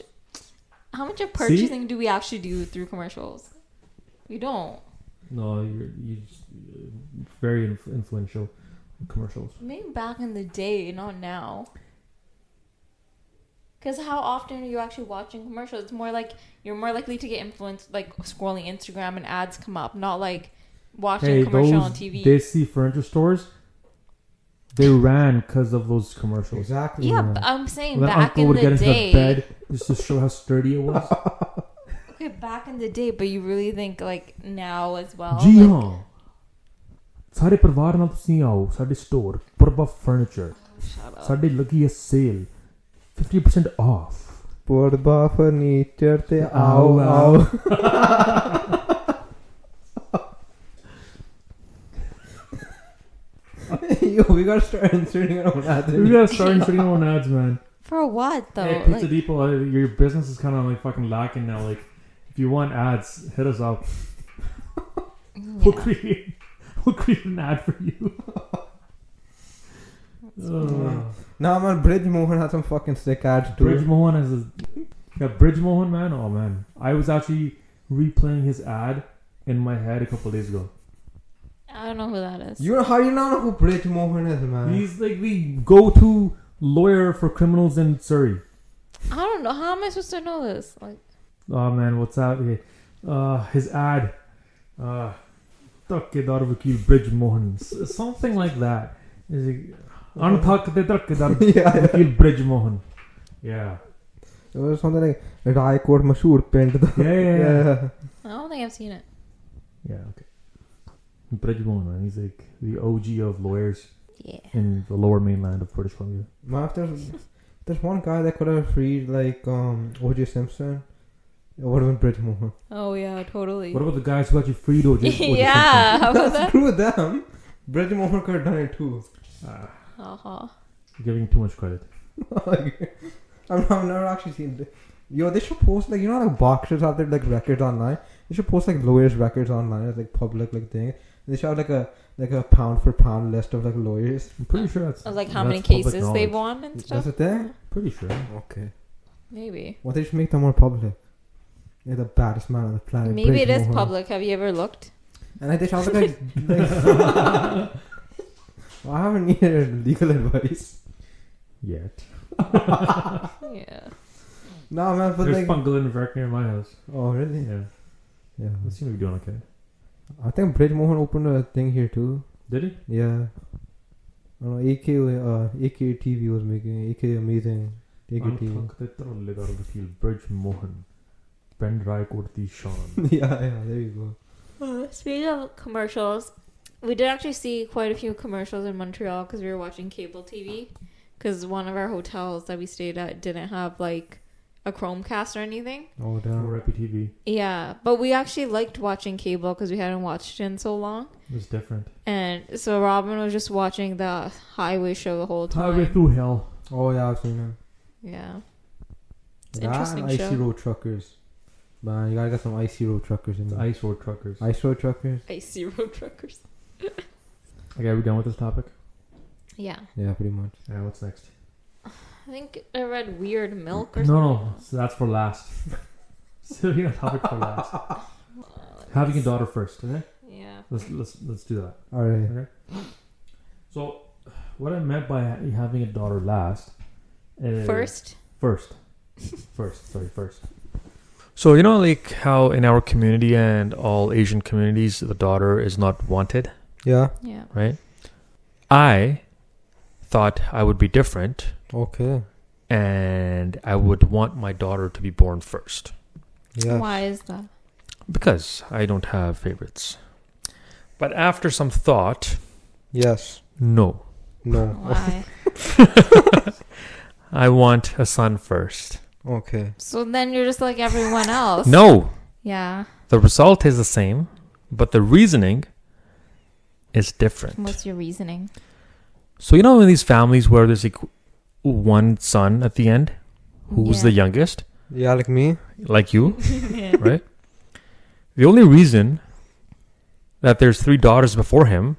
Speaker 2: How much of purchasing do we actually do through commercials? We don't.
Speaker 3: No, you're you just, uh, very inf- influential commercials.
Speaker 2: Maybe back in the day, not now. Because how often are you actually watching commercials? It's more like you're more likely to get influenced, like scrolling Instagram and ads come up, not like watching
Speaker 3: Hey,
Speaker 2: a commercial
Speaker 3: those
Speaker 2: on TV.
Speaker 3: Desi furniture stores, they ran because of those commercials.
Speaker 4: Exactly.
Speaker 2: yeah,
Speaker 4: man.
Speaker 2: but I'm saying
Speaker 3: When
Speaker 2: back
Speaker 3: uncle
Speaker 2: in
Speaker 3: would
Speaker 2: the
Speaker 3: get into
Speaker 2: day.
Speaker 3: the bed just to show how sturdy it was.
Speaker 2: Okay, back in the day, but you really think like now as well?
Speaker 3: ਜੀ
Speaker 2: Like,
Speaker 3: ਹਾਂ ਸਾਰੇ ਪਰਿਵਾਰ ਨਾਲ ਤੁਸੀਂ ਆਓ ਸਾਡੇ store Prabha furniture
Speaker 2: shut up.
Speaker 3: ਸਾਡੇ ਲੱਗੀ ਹੈ sale 50% off
Speaker 4: Porba furniture te
Speaker 3: ਆਓ,
Speaker 4: ਆਓ ਆਓ Yo, we gotta start answering our own ads.
Speaker 3: You guys starting sitting on ads, man.
Speaker 2: For what though?
Speaker 3: hey, Pizza
Speaker 2: Like,
Speaker 3: Depot, uh, your business is kind of like fucking lacking now. Like, if you want ads, hit us up. We'll
Speaker 2: yeah.
Speaker 3: create, we'll create an ad for you.
Speaker 4: funny.
Speaker 3: Ugh.
Speaker 4: Nah, man, Bridge Mohan had some fucking sick ads too.
Speaker 3: Bridge Mohan is a, yeah, Bridge Mohan man. Oh man, I was actually replaying his ad in my head a couple days ago.
Speaker 2: I don't know who that is.
Speaker 4: You know how you know who Bridge Mohan is, man?
Speaker 3: He's like the go-to lawyer for criminals in Surrey.
Speaker 2: I don't know. How am I supposed to know this? Like,
Speaker 3: Oh man, what's out here? Uh, his ad, uh, "Takkedar Vakil Bridge Mohan," S- something like that. Is it? "Anthakde takkedar
Speaker 4: yeah, yeah.
Speaker 3: Vakil Bridge Mohan." Yeah,
Speaker 4: It was something like Rai Court Mashoor pinned the.
Speaker 3: yeah, yeah, yeah.
Speaker 4: Yeah.
Speaker 2: I don't think I've seen it.
Speaker 3: yeah okay. Bridge Mohan, man. He's like the OG of lawyers.
Speaker 2: Yeah.
Speaker 3: in the lower mainland of British Columbia.
Speaker 4: Man, if there's, if there's one guy that could have freed, like, um, OJ Simpson, it would have been Bridge Mohan.
Speaker 2: Oh yeah, totally.
Speaker 3: What about the guys who actually freed OJ? OJ
Speaker 2: yeah, how about that?
Speaker 4: Screw them. Bridge Mohan could have done it too.
Speaker 3: Simpson? Ah,
Speaker 2: Uh-huh.
Speaker 3: you're giving too much credit.
Speaker 4: Like, I've, I've never actually seen it. Yo, they should post, like, you know, like, boxers have their, like, records online? They should post, like, lawyers' records online as, like, public, like, thing. And they should have, like, a, like, a pound for pound list of, like, lawyers.
Speaker 3: I'm pretty sure that's
Speaker 2: I was like, how
Speaker 3: that's
Speaker 2: many
Speaker 3: public
Speaker 2: cases
Speaker 3: knowledge.
Speaker 2: they've won and
Speaker 4: That's
Speaker 2: stuff?
Speaker 4: the thing.
Speaker 3: Pretty sure.
Speaker 4: Okay.
Speaker 2: Maybe.
Speaker 4: Well, they should make them more public. You're the baddest man on the planet.
Speaker 2: Maybe
Speaker 4: Bridge
Speaker 2: it is
Speaker 4: Mohan.
Speaker 2: public. Have you ever looked?
Speaker 4: And I think I was like, like I haven't needed legal advice.
Speaker 3: Yet
Speaker 2: Yeah.
Speaker 4: No, man, but
Speaker 3: there's
Speaker 4: like,
Speaker 3: Pungal and Verk near my house.
Speaker 4: oh really?
Speaker 3: Yeah,
Speaker 4: Yeah.
Speaker 3: let's see if we're doing okay.
Speaker 4: I think Bridge Mohan opened a thing here too.
Speaker 3: Did he?
Speaker 4: Yeah. I don't know. AK, uh, AK TV was making AK amazing. AK TV.
Speaker 3: Anthak the Trollegar of the Field, Bridge Mohan, Ben Raikoti Sean.
Speaker 4: yeah, yeah. There you go.
Speaker 2: Uh, speaking of commercials, we did actually see quite a few commercials in Montreal because we were watching cable TV. because one of our hotels that we stayed at didn't have like a Chromecast or anything.
Speaker 4: Oh damn.
Speaker 3: Or IPTV.
Speaker 2: Yeah, but we actually liked watching cable because we hadn't watched it in so long.
Speaker 3: It's different.
Speaker 2: And so Robin was just watching the highway show the whole time.
Speaker 3: Highway through hell.
Speaker 4: Oh yeah, I've seen him.
Speaker 2: Yeah. It's an
Speaker 4: That
Speaker 2: interesting
Speaker 4: and icy
Speaker 2: show.
Speaker 4: road truckers. Man, you gotta get some icy road truckers in
Speaker 3: The
Speaker 4: there.
Speaker 3: ice road truckers.
Speaker 4: ice road truckers.
Speaker 2: Icy road truckers.
Speaker 3: Okay, are we done with this topic?
Speaker 2: Yeah.
Speaker 4: Yeah, pretty much.
Speaker 3: Yeah, what's next?
Speaker 2: I think I read Weird Milk or
Speaker 3: No, no, so that's for last. Saving a topic for last.
Speaker 2: something. Uh, let me
Speaker 3: Having a
Speaker 2: s-
Speaker 3: daughter first, okay?
Speaker 2: Yeah.
Speaker 3: Let's let's let's do that.
Speaker 4: All right.
Speaker 3: Okay. So, what I meant by ha- having a daughter last is
Speaker 2: First.
Speaker 3: First. First, sorry, first. So, you know, like how in our community and all Asian communities, the daughter is not wanted,
Speaker 4: Yeah.
Speaker 2: Yeah.
Speaker 3: right? I thought I would be different
Speaker 4: Okay.
Speaker 3: and I would want my daughter to be born first Uh,
Speaker 4: Yeah.
Speaker 2: Why is that?
Speaker 3: because I don't have favorites. But after some thought,
Speaker 4: Yes.
Speaker 3: no. uh,
Speaker 4: No.
Speaker 2: Why?
Speaker 3: I want a son first.
Speaker 4: Okay.
Speaker 2: so then you're just like everyone else.
Speaker 3: No.
Speaker 2: Yeah.
Speaker 3: The result is the same, but the reasoning is different.
Speaker 2: What's your reasoning?
Speaker 3: So you know in these families where there's like one son at the end who's the youngest,
Speaker 4: Yeah, like me.
Speaker 3: like you,
Speaker 2: yeah.
Speaker 3: right? The only reason that there's three daughters before him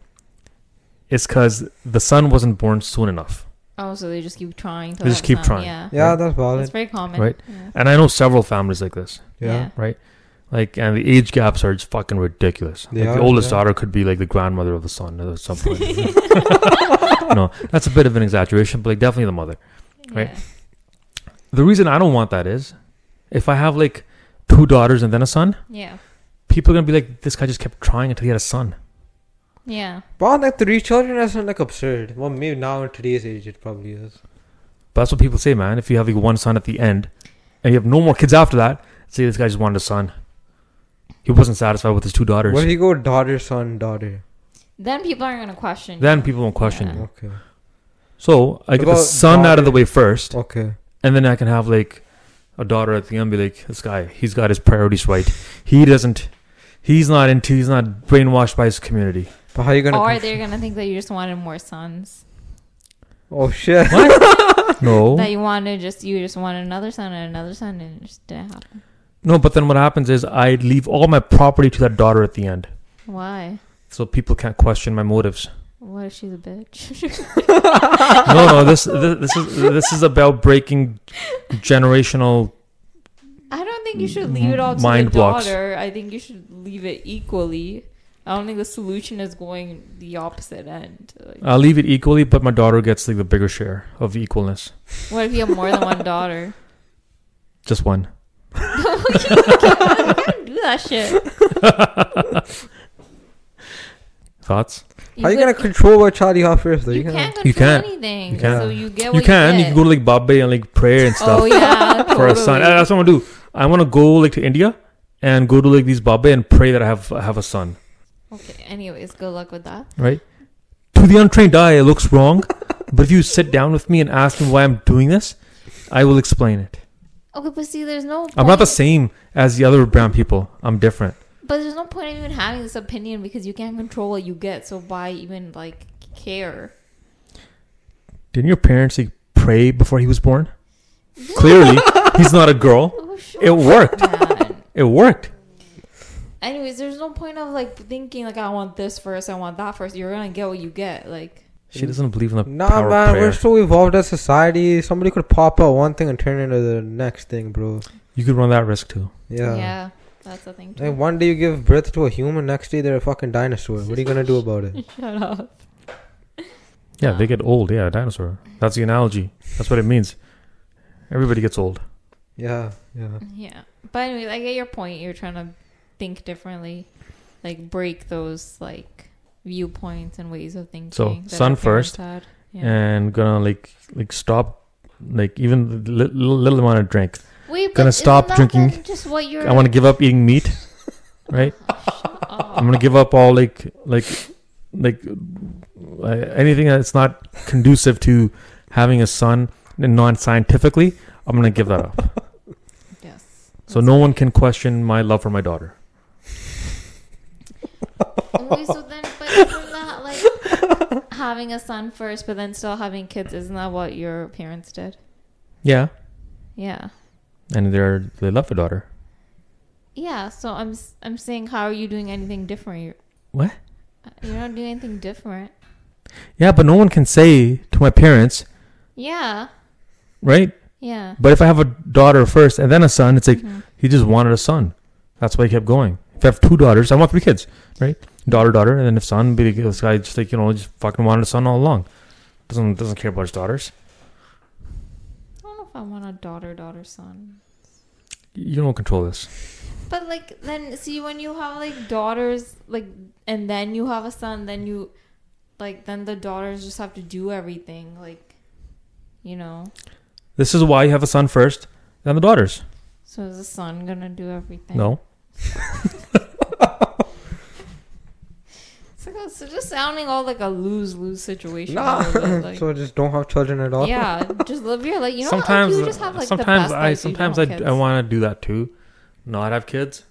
Speaker 3: is because the son wasn't born soon enough.
Speaker 2: Oh, so they just keep trying. To
Speaker 3: They just
Speaker 2: let
Speaker 3: keep
Speaker 2: some-
Speaker 3: trying.
Speaker 2: Yeah.
Speaker 4: Yeah,
Speaker 3: Right.
Speaker 4: that's
Speaker 2: That's
Speaker 4: valid.
Speaker 2: very common.
Speaker 3: Right.
Speaker 2: Yeah.
Speaker 3: And I know several families like this,
Speaker 4: Yeah.
Speaker 3: right? Like, and the age gaps are just fucking ridiculous.
Speaker 4: They
Speaker 3: like, the
Speaker 4: are,
Speaker 3: oldest
Speaker 4: yeah.
Speaker 3: daughter could be like the grandmother of the son at some point. no, that's a bit of an exaggeration, but like definitely the mother. Right.
Speaker 2: Yeah.
Speaker 3: The reason I don't want that is if I have like two daughters and then a son,
Speaker 2: Yeah.
Speaker 3: people are gonna be like, this guy just kept trying until he had a son.
Speaker 2: Yeah.
Speaker 4: But like three children, that's not like absurd. Well, maybe now in today's age, it probably is.
Speaker 3: But that's what people say, man. If you have like one son at the end and you have no more kids after that, say this guy just wanted a son. He wasn't satisfied with his two daughters.
Speaker 4: What if you go daughter, son, daughter?
Speaker 2: Then people aren't gonna question.
Speaker 3: Then
Speaker 2: you.
Speaker 3: people won't question
Speaker 2: Yeah.
Speaker 3: you.
Speaker 4: Okay.
Speaker 3: So I get the
Speaker 4: About
Speaker 3: son out of the
Speaker 4: daughter-
Speaker 3: way first,
Speaker 4: Okay.
Speaker 3: and then I can have like a daughter at the end. Be like, this guy, he's got his priorities right. He doesn't. He's not into. He's not brainwashed by his community.
Speaker 4: But how you gonna?
Speaker 2: Or
Speaker 4: conf-
Speaker 2: they're gonna think that you just wanted more sons.
Speaker 4: oh shit.
Speaker 3: No.
Speaker 2: That you wanted just you just wanted another son and another son and it just didn't happen.
Speaker 3: No, but then what happens is I leave all my property to that daughter at the end,
Speaker 2: Why?
Speaker 3: so people can't question my motives.
Speaker 2: What if she's a bitch?
Speaker 3: no, no, this, this this is this is about breaking generational.
Speaker 2: I don't think you should leave it all to
Speaker 3: Mind
Speaker 2: the
Speaker 3: blocks.
Speaker 2: daughter. I think you should leave it equally. I don't think the solution is going the opposite end. Like,
Speaker 3: I'll leave it equally, but my daughter gets like the bigger share of equalness.
Speaker 2: what if you have more than one daughter?
Speaker 3: Just one.
Speaker 2: I don't do that shit.
Speaker 3: Thoughts?
Speaker 4: how you gonna
Speaker 2: could-
Speaker 4: control what child you have first? Though
Speaker 2: You
Speaker 4: cannot-
Speaker 2: can't control
Speaker 3: You can't.
Speaker 2: anything.
Speaker 3: You can't.
Speaker 2: So you get what
Speaker 3: you can. You
Speaker 2: get.
Speaker 3: can go to like Bombay and like pray and stuff
Speaker 2: Oh yeah,
Speaker 3: for a
Speaker 2: totally.
Speaker 3: son. Uh, And that's what I'm gonna do. I want to go like to India and go to like these Bombay and pray that I have I have a son.
Speaker 2: Okay. Anyways, good luck with that.
Speaker 3: right? To the untrained eye, it looks wrong, but if you sit down with me and ask me why I'm doing this, I will explain it.
Speaker 2: Okay, but see, there's no. Point,
Speaker 3: I'm not the same as the other brown people. I'm different.
Speaker 2: But there's no point in even having this opinion because you can't control what you get. So why even like care?
Speaker 3: Didn't your parents like, pray before he was born? Clearly, he's not a girl.
Speaker 2: Oh, sure.
Speaker 3: It worked.
Speaker 2: man.
Speaker 3: It worked.
Speaker 2: Anyways, there's no point of like thinking like I want this first, I want that first. You're gonna get what you get. Like
Speaker 3: She doesn't believe in the
Speaker 4: Nah,
Speaker 3: power of
Speaker 4: man,
Speaker 3: prayer.
Speaker 4: we're so evolved as society. Somebody could pop out one thing and turn it into the next thing, bro.
Speaker 3: You could run that risk too.
Speaker 2: yeah,
Speaker 4: Yeah.
Speaker 2: that's the thing. Too.
Speaker 4: Like one day you give birth to a human, next day they're a fucking dinosaur. What are you gonna do about it?
Speaker 2: Shut up.
Speaker 3: Yeah, they get old. Yeah, a dinosaur. That's the analogy. That's what it means. Everybody gets old.
Speaker 4: Yeah, yeah.
Speaker 2: Yeah, but anyways, I get your point. You're trying to think differently, like break those like viewpoints and ways of thinking. that
Speaker 3: son
Speaker 2: our parents
Speaker 3: first,
Speaker 2: had. Yeah.
Speaker 3: and gonna like like stop like even the li- little, little amount of drink.
Speaker 2: Wait, but
Speaker 3: gonna
Speaker 2: isn't
Speaker 3: stop
Speaker 2: that
Speaker 3: drinking.
Speaker 2: then Just what you're.
Speaker 3: I want to give up eating meat, right?
Speaker 2: Oh.
Speaker 3: I'm gonna give up all like like like uh, anything that's not conducive to having a son non scientifically, I'm gonna give that up.
Speaker 2: Yes.
Speaker 3: So no one can question my love for my daughter.
Speaker 2: Okay, so then, but isn't that like having a son first, but then still having kids? Isn't that what your parents did?
Speaker 3: Yeah,
Speaker 2: Yeah.
Speaker 3: and they're they love their daughter.
Speaker 2: Yeah. So I'm s- I'm saying, how are you doing anything different? You're, Uh,
Speaker 3: What?
Speaker 2: You're not doing anything different.
Speaker 3: Yeah, but no one can say to my parents,
Speaker 2: Yeah.
Speaker 3: right?
Speaker 2: Yeah.
Speaker 3: But if I have a daughter first and then a son, it's like
Speaker 2: Mhm.
Speaker 3: he just wanted a son. That's why he kept going. If I have two daughters, I want three kids, right? Daughter, daughter, and then if son, be this guy just like you know just fucking wanted a son all along. Doesn't doesn't care about his daughters.
Speaker 2: I don't know if I want a daughter, daughter, son.
Speaker 3: You don't control this.
Speaker 2: But like then see when you have like daughters like and then you have a son then you like then the daughters just have to do everything like you know
Speaker 3: This is why you have a son first, then the daughters.
Speaker 2: so is the son gonna do everything?
Speaker 3: No,
Speaker 2: It's, like, it's just sounding all like a lose lose situation. a
Speaker 4: Nah.
Speaker 2: little bit, like-
Speaker 4: so just don't have children at all.
Speaker 2: yeah, just live your life. You know, what, like,
Speaker 3: sometimes
Speaker 2: you just have like the
Speaker 3: sometimes
Speaker 2: best
Speaker 3: I
Speaker 2: life, you don't
Speaker 3: sometimes I,
Speaker 2: have
Speaker 3: d-
Speaker 2: kids.
Speaker 3: I want to do that too, not have kids.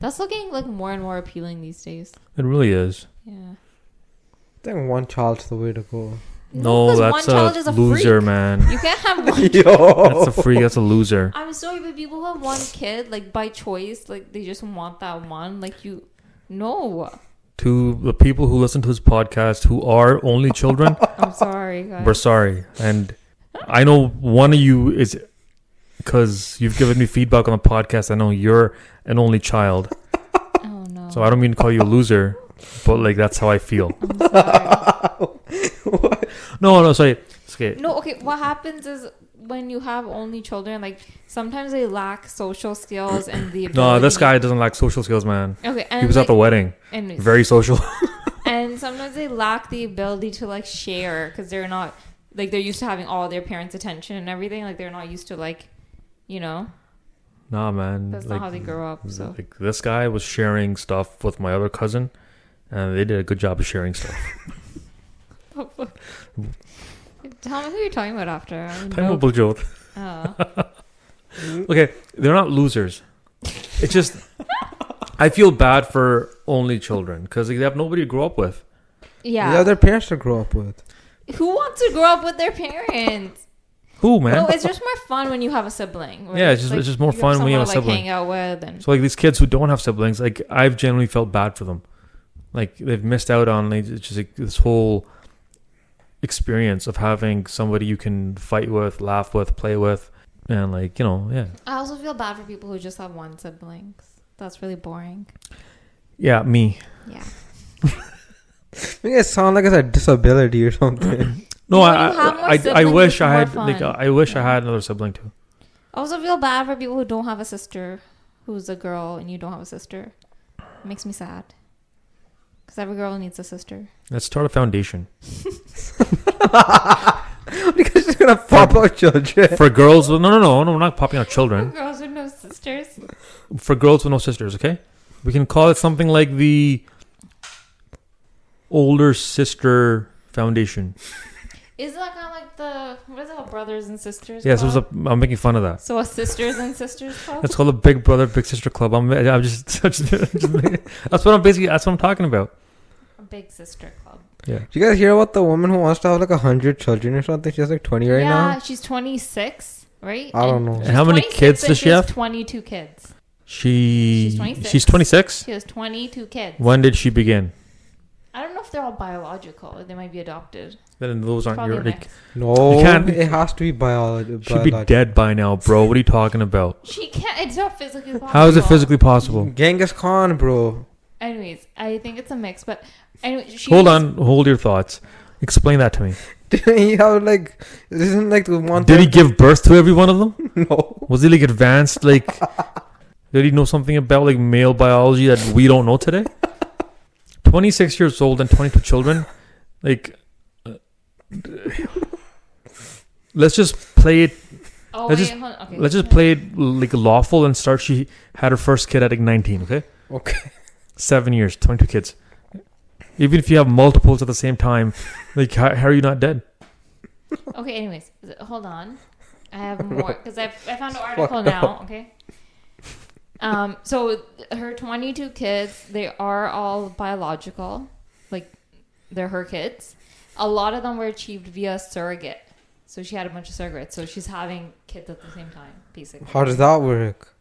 Speaker 2: That's looking like more and more appealing these days.
Speaker 3: It really is.
Speaker 2: Yeah.
Speaker 4: I think one child's the way to go.
Speaker 3: No,
Speaker 2: 'cause
Speaker 3: that's a, loser, man.
Speaker 2: Freak. You can't have one
Speaker 4: Yo.
Speaker 3: That's a freak. That's a loser.
Speaker 2: I'm sorry, but people who have one kid, like by choice, like they just want that one. Like you, no.
Speaker 3: To the people who listen to this podcast who are only children,
Speaker 2: I'm sorry, guys.
Speaker 3: we're sorry. And I know one of you is because you've given me feedback on the podcast. I know you're an only child,
Speaker 2: oh no.
Speaker 3: so I don't mean to call you a loser, but like that's how I feel.
Speaker 2: I'm sorry.
Speaker 3: No, no, sorry. It's okay.
Speaker 2: no, okay. What happens is when you have only children, like sometimes they lack social skills and the
Speaker 3: No, this
Speaker 2: ability-
Speaker 3: guy doesn't like social skills, man.
Speaker 2: Okay, and
Speaker 3: He was
Speaker 2: like,
Speaker 3: at the wedding.
Speaker 2: and,
Speaker 3: Very social.
Speaker 2: and sometimes they lack the ability to like share because they're not like they're used to having all their parents' attention and everything. Like they're not used to like, you know,
Speaker 3: Nah, man.
Speaker 2: that's
Speaker 3: like,
Speaker 2: not how they grow up. So
Speaker 3: Like this guy was sharing stuff with my other cousin, and they did a good job of sharing stuff.
Speaker 2: tell me who you're talking about after. I
Speaker 3: Time
Speaker 2: know-
Speaker 3: will blow.
Speaker 2: Oh.
Speaker 3: Okay, they're not losers. It's just I feel bad for only children because they have nobody to grow up with.
Speaker 2: Yeah.
Speaker 4: Yeah. their parents to grow up with.
Speaker 2: Who wants to grow up with their parents?
Speaker 3: Who man?
Speaker 2: No, it's just more fun when you have a sibling. where
Speaker 3: Yeah, it's just- it's just more
Speaker 2: you
Speaker 3: fun when you
Speaker 2: someone
Speaker 3: have a
Speaker 2: to, like,
Speaker 3: sibling.
Speaker 2: Hang out with and
Speaker 3: so like these kids who don't have siblings, like I've generally felt bad for them. Like they've missed out on like it's just like, this whole experience of having somebody you can fight with, laugh with, play with, and like you know, yeah,
Speaker 2: I also feel bad for people who just have one sibling. That's really boring.
Speaker 3: yeah, me.
Speaker 2: Yeah.
Speaker 4: Make it sound like it's a disability or something.
Speaker 3: No,
Speaker 2: When
Speaker 3: I,
Speaker 2: you have more
Speaker 3: I, I, I
Speaker 2: siblings,
Speaker 3: wish
Speaker 2: it's
Speaker 3: I
Speaker 2: more
Speaker 3: had like
Speaker 2: fun.
Speaker 3: I wish I
Speaker 2: Yeah.
Speaker 3: had another sibling too.
Speaker 2: I also feel bad for people who don't have a sister, who's a girl, and you don't have a sister. It makes me sad. Because every girl needs a sister.
Speaker 3: Let's start a foundation
Speaker 4: because it's gonna pop out children.
Speaker 3: for girls. No, no, no, no. We're not popping out children
Speaker 2: Girls with no sisters.
Speaker 3: for girls with no sisters. Okay, we can call it something like the older sister foundation.
Speaker 2: Isn't that kind of like the what is it called, brothers and sisters?
Speaker 3: Yes, it was a,
Speaker 2: club?
Speaker 3: I'm making fun of that.
Speaker 2: so a sisters and sisters club.
Speaker 3: It's called the Big Brother Big Sister Club. I'm, I'm just, I'm just- just making- that's what I'm basically. That's what I'm talking about.
Speaker 2: a big sister club.
Speaker 4: Did you guys hear about the woman who wants to have like a hundred children or something? She has like twenty right
Speaker 2: yeah,
Speaker 4: now.
Speaker 2: she's 26, right?
Speaker 4: I don't know.
Speaker 3: And how many kids does she have?
Speaker 2: 22 kids.
Speaker 3: She
Speaker 2: She's 26.
Speaker 3: she's 26.
Speaker 2: She has 22 kids.
Speaker 3: When did she begin?
Speaker 2: I don't know if they're all biological. They might be adopted.
Speaker 3: Then those aren't
Speaker 2: Probably
Speaker 3: your. Like,
Speaker 2: mixed.
Speaker 4: No,
Speaker 3: You can't-
Speaker 4: it has to be biology.
Speaker 3: should be dead by now, bro. What are you talking about?
Speaker 2: She can't. It's not physically possible.
Speaker 3: How is it physically possible?
Speaker 4: Genghis Khan, bro.
Speaker 2: Anyways, I think it's a mix. But anyway, she
Speaker 3: Hold
Speaker 2: was-
Speaker 3: on, hold your thoughts. Explain that to me.
Speaker 4: Didn't he have like? Isn't like the one?
Speaker 3: Did he give birth to every one of them?
Speaker 4: he? No.
Speaker 3: Was he like advanced? Like, did he know something about like male biology that we don't know today? Twenty-six years old and twenty-two children. Like, uh, let's just play it.
Speaker 2: Oh,
Speaker 3: Let's
Speaker 2: wait,
Speaker 3: just-
Speaker 2: hold on. Okay.
Speaker 3: Let's just play it like lawful and start. She had her first kid at like nineteen. Okay.
Speaker 4: Okay.
Speaker 3: Seven years, twenty-two kids. Even if you have multiples at the same time, like how, how are you not dead?
Speaker 2: Okay, anyways, th- hold on. I have more because I I found an article now. Okay. Um. So her twenty-two kids, they are all biological, like they're her kids. A lot of them were achieved via surrogate. So she had a bunch of surrogates. So she's having kids at the same time, basically.
Speaker 4: How does that work?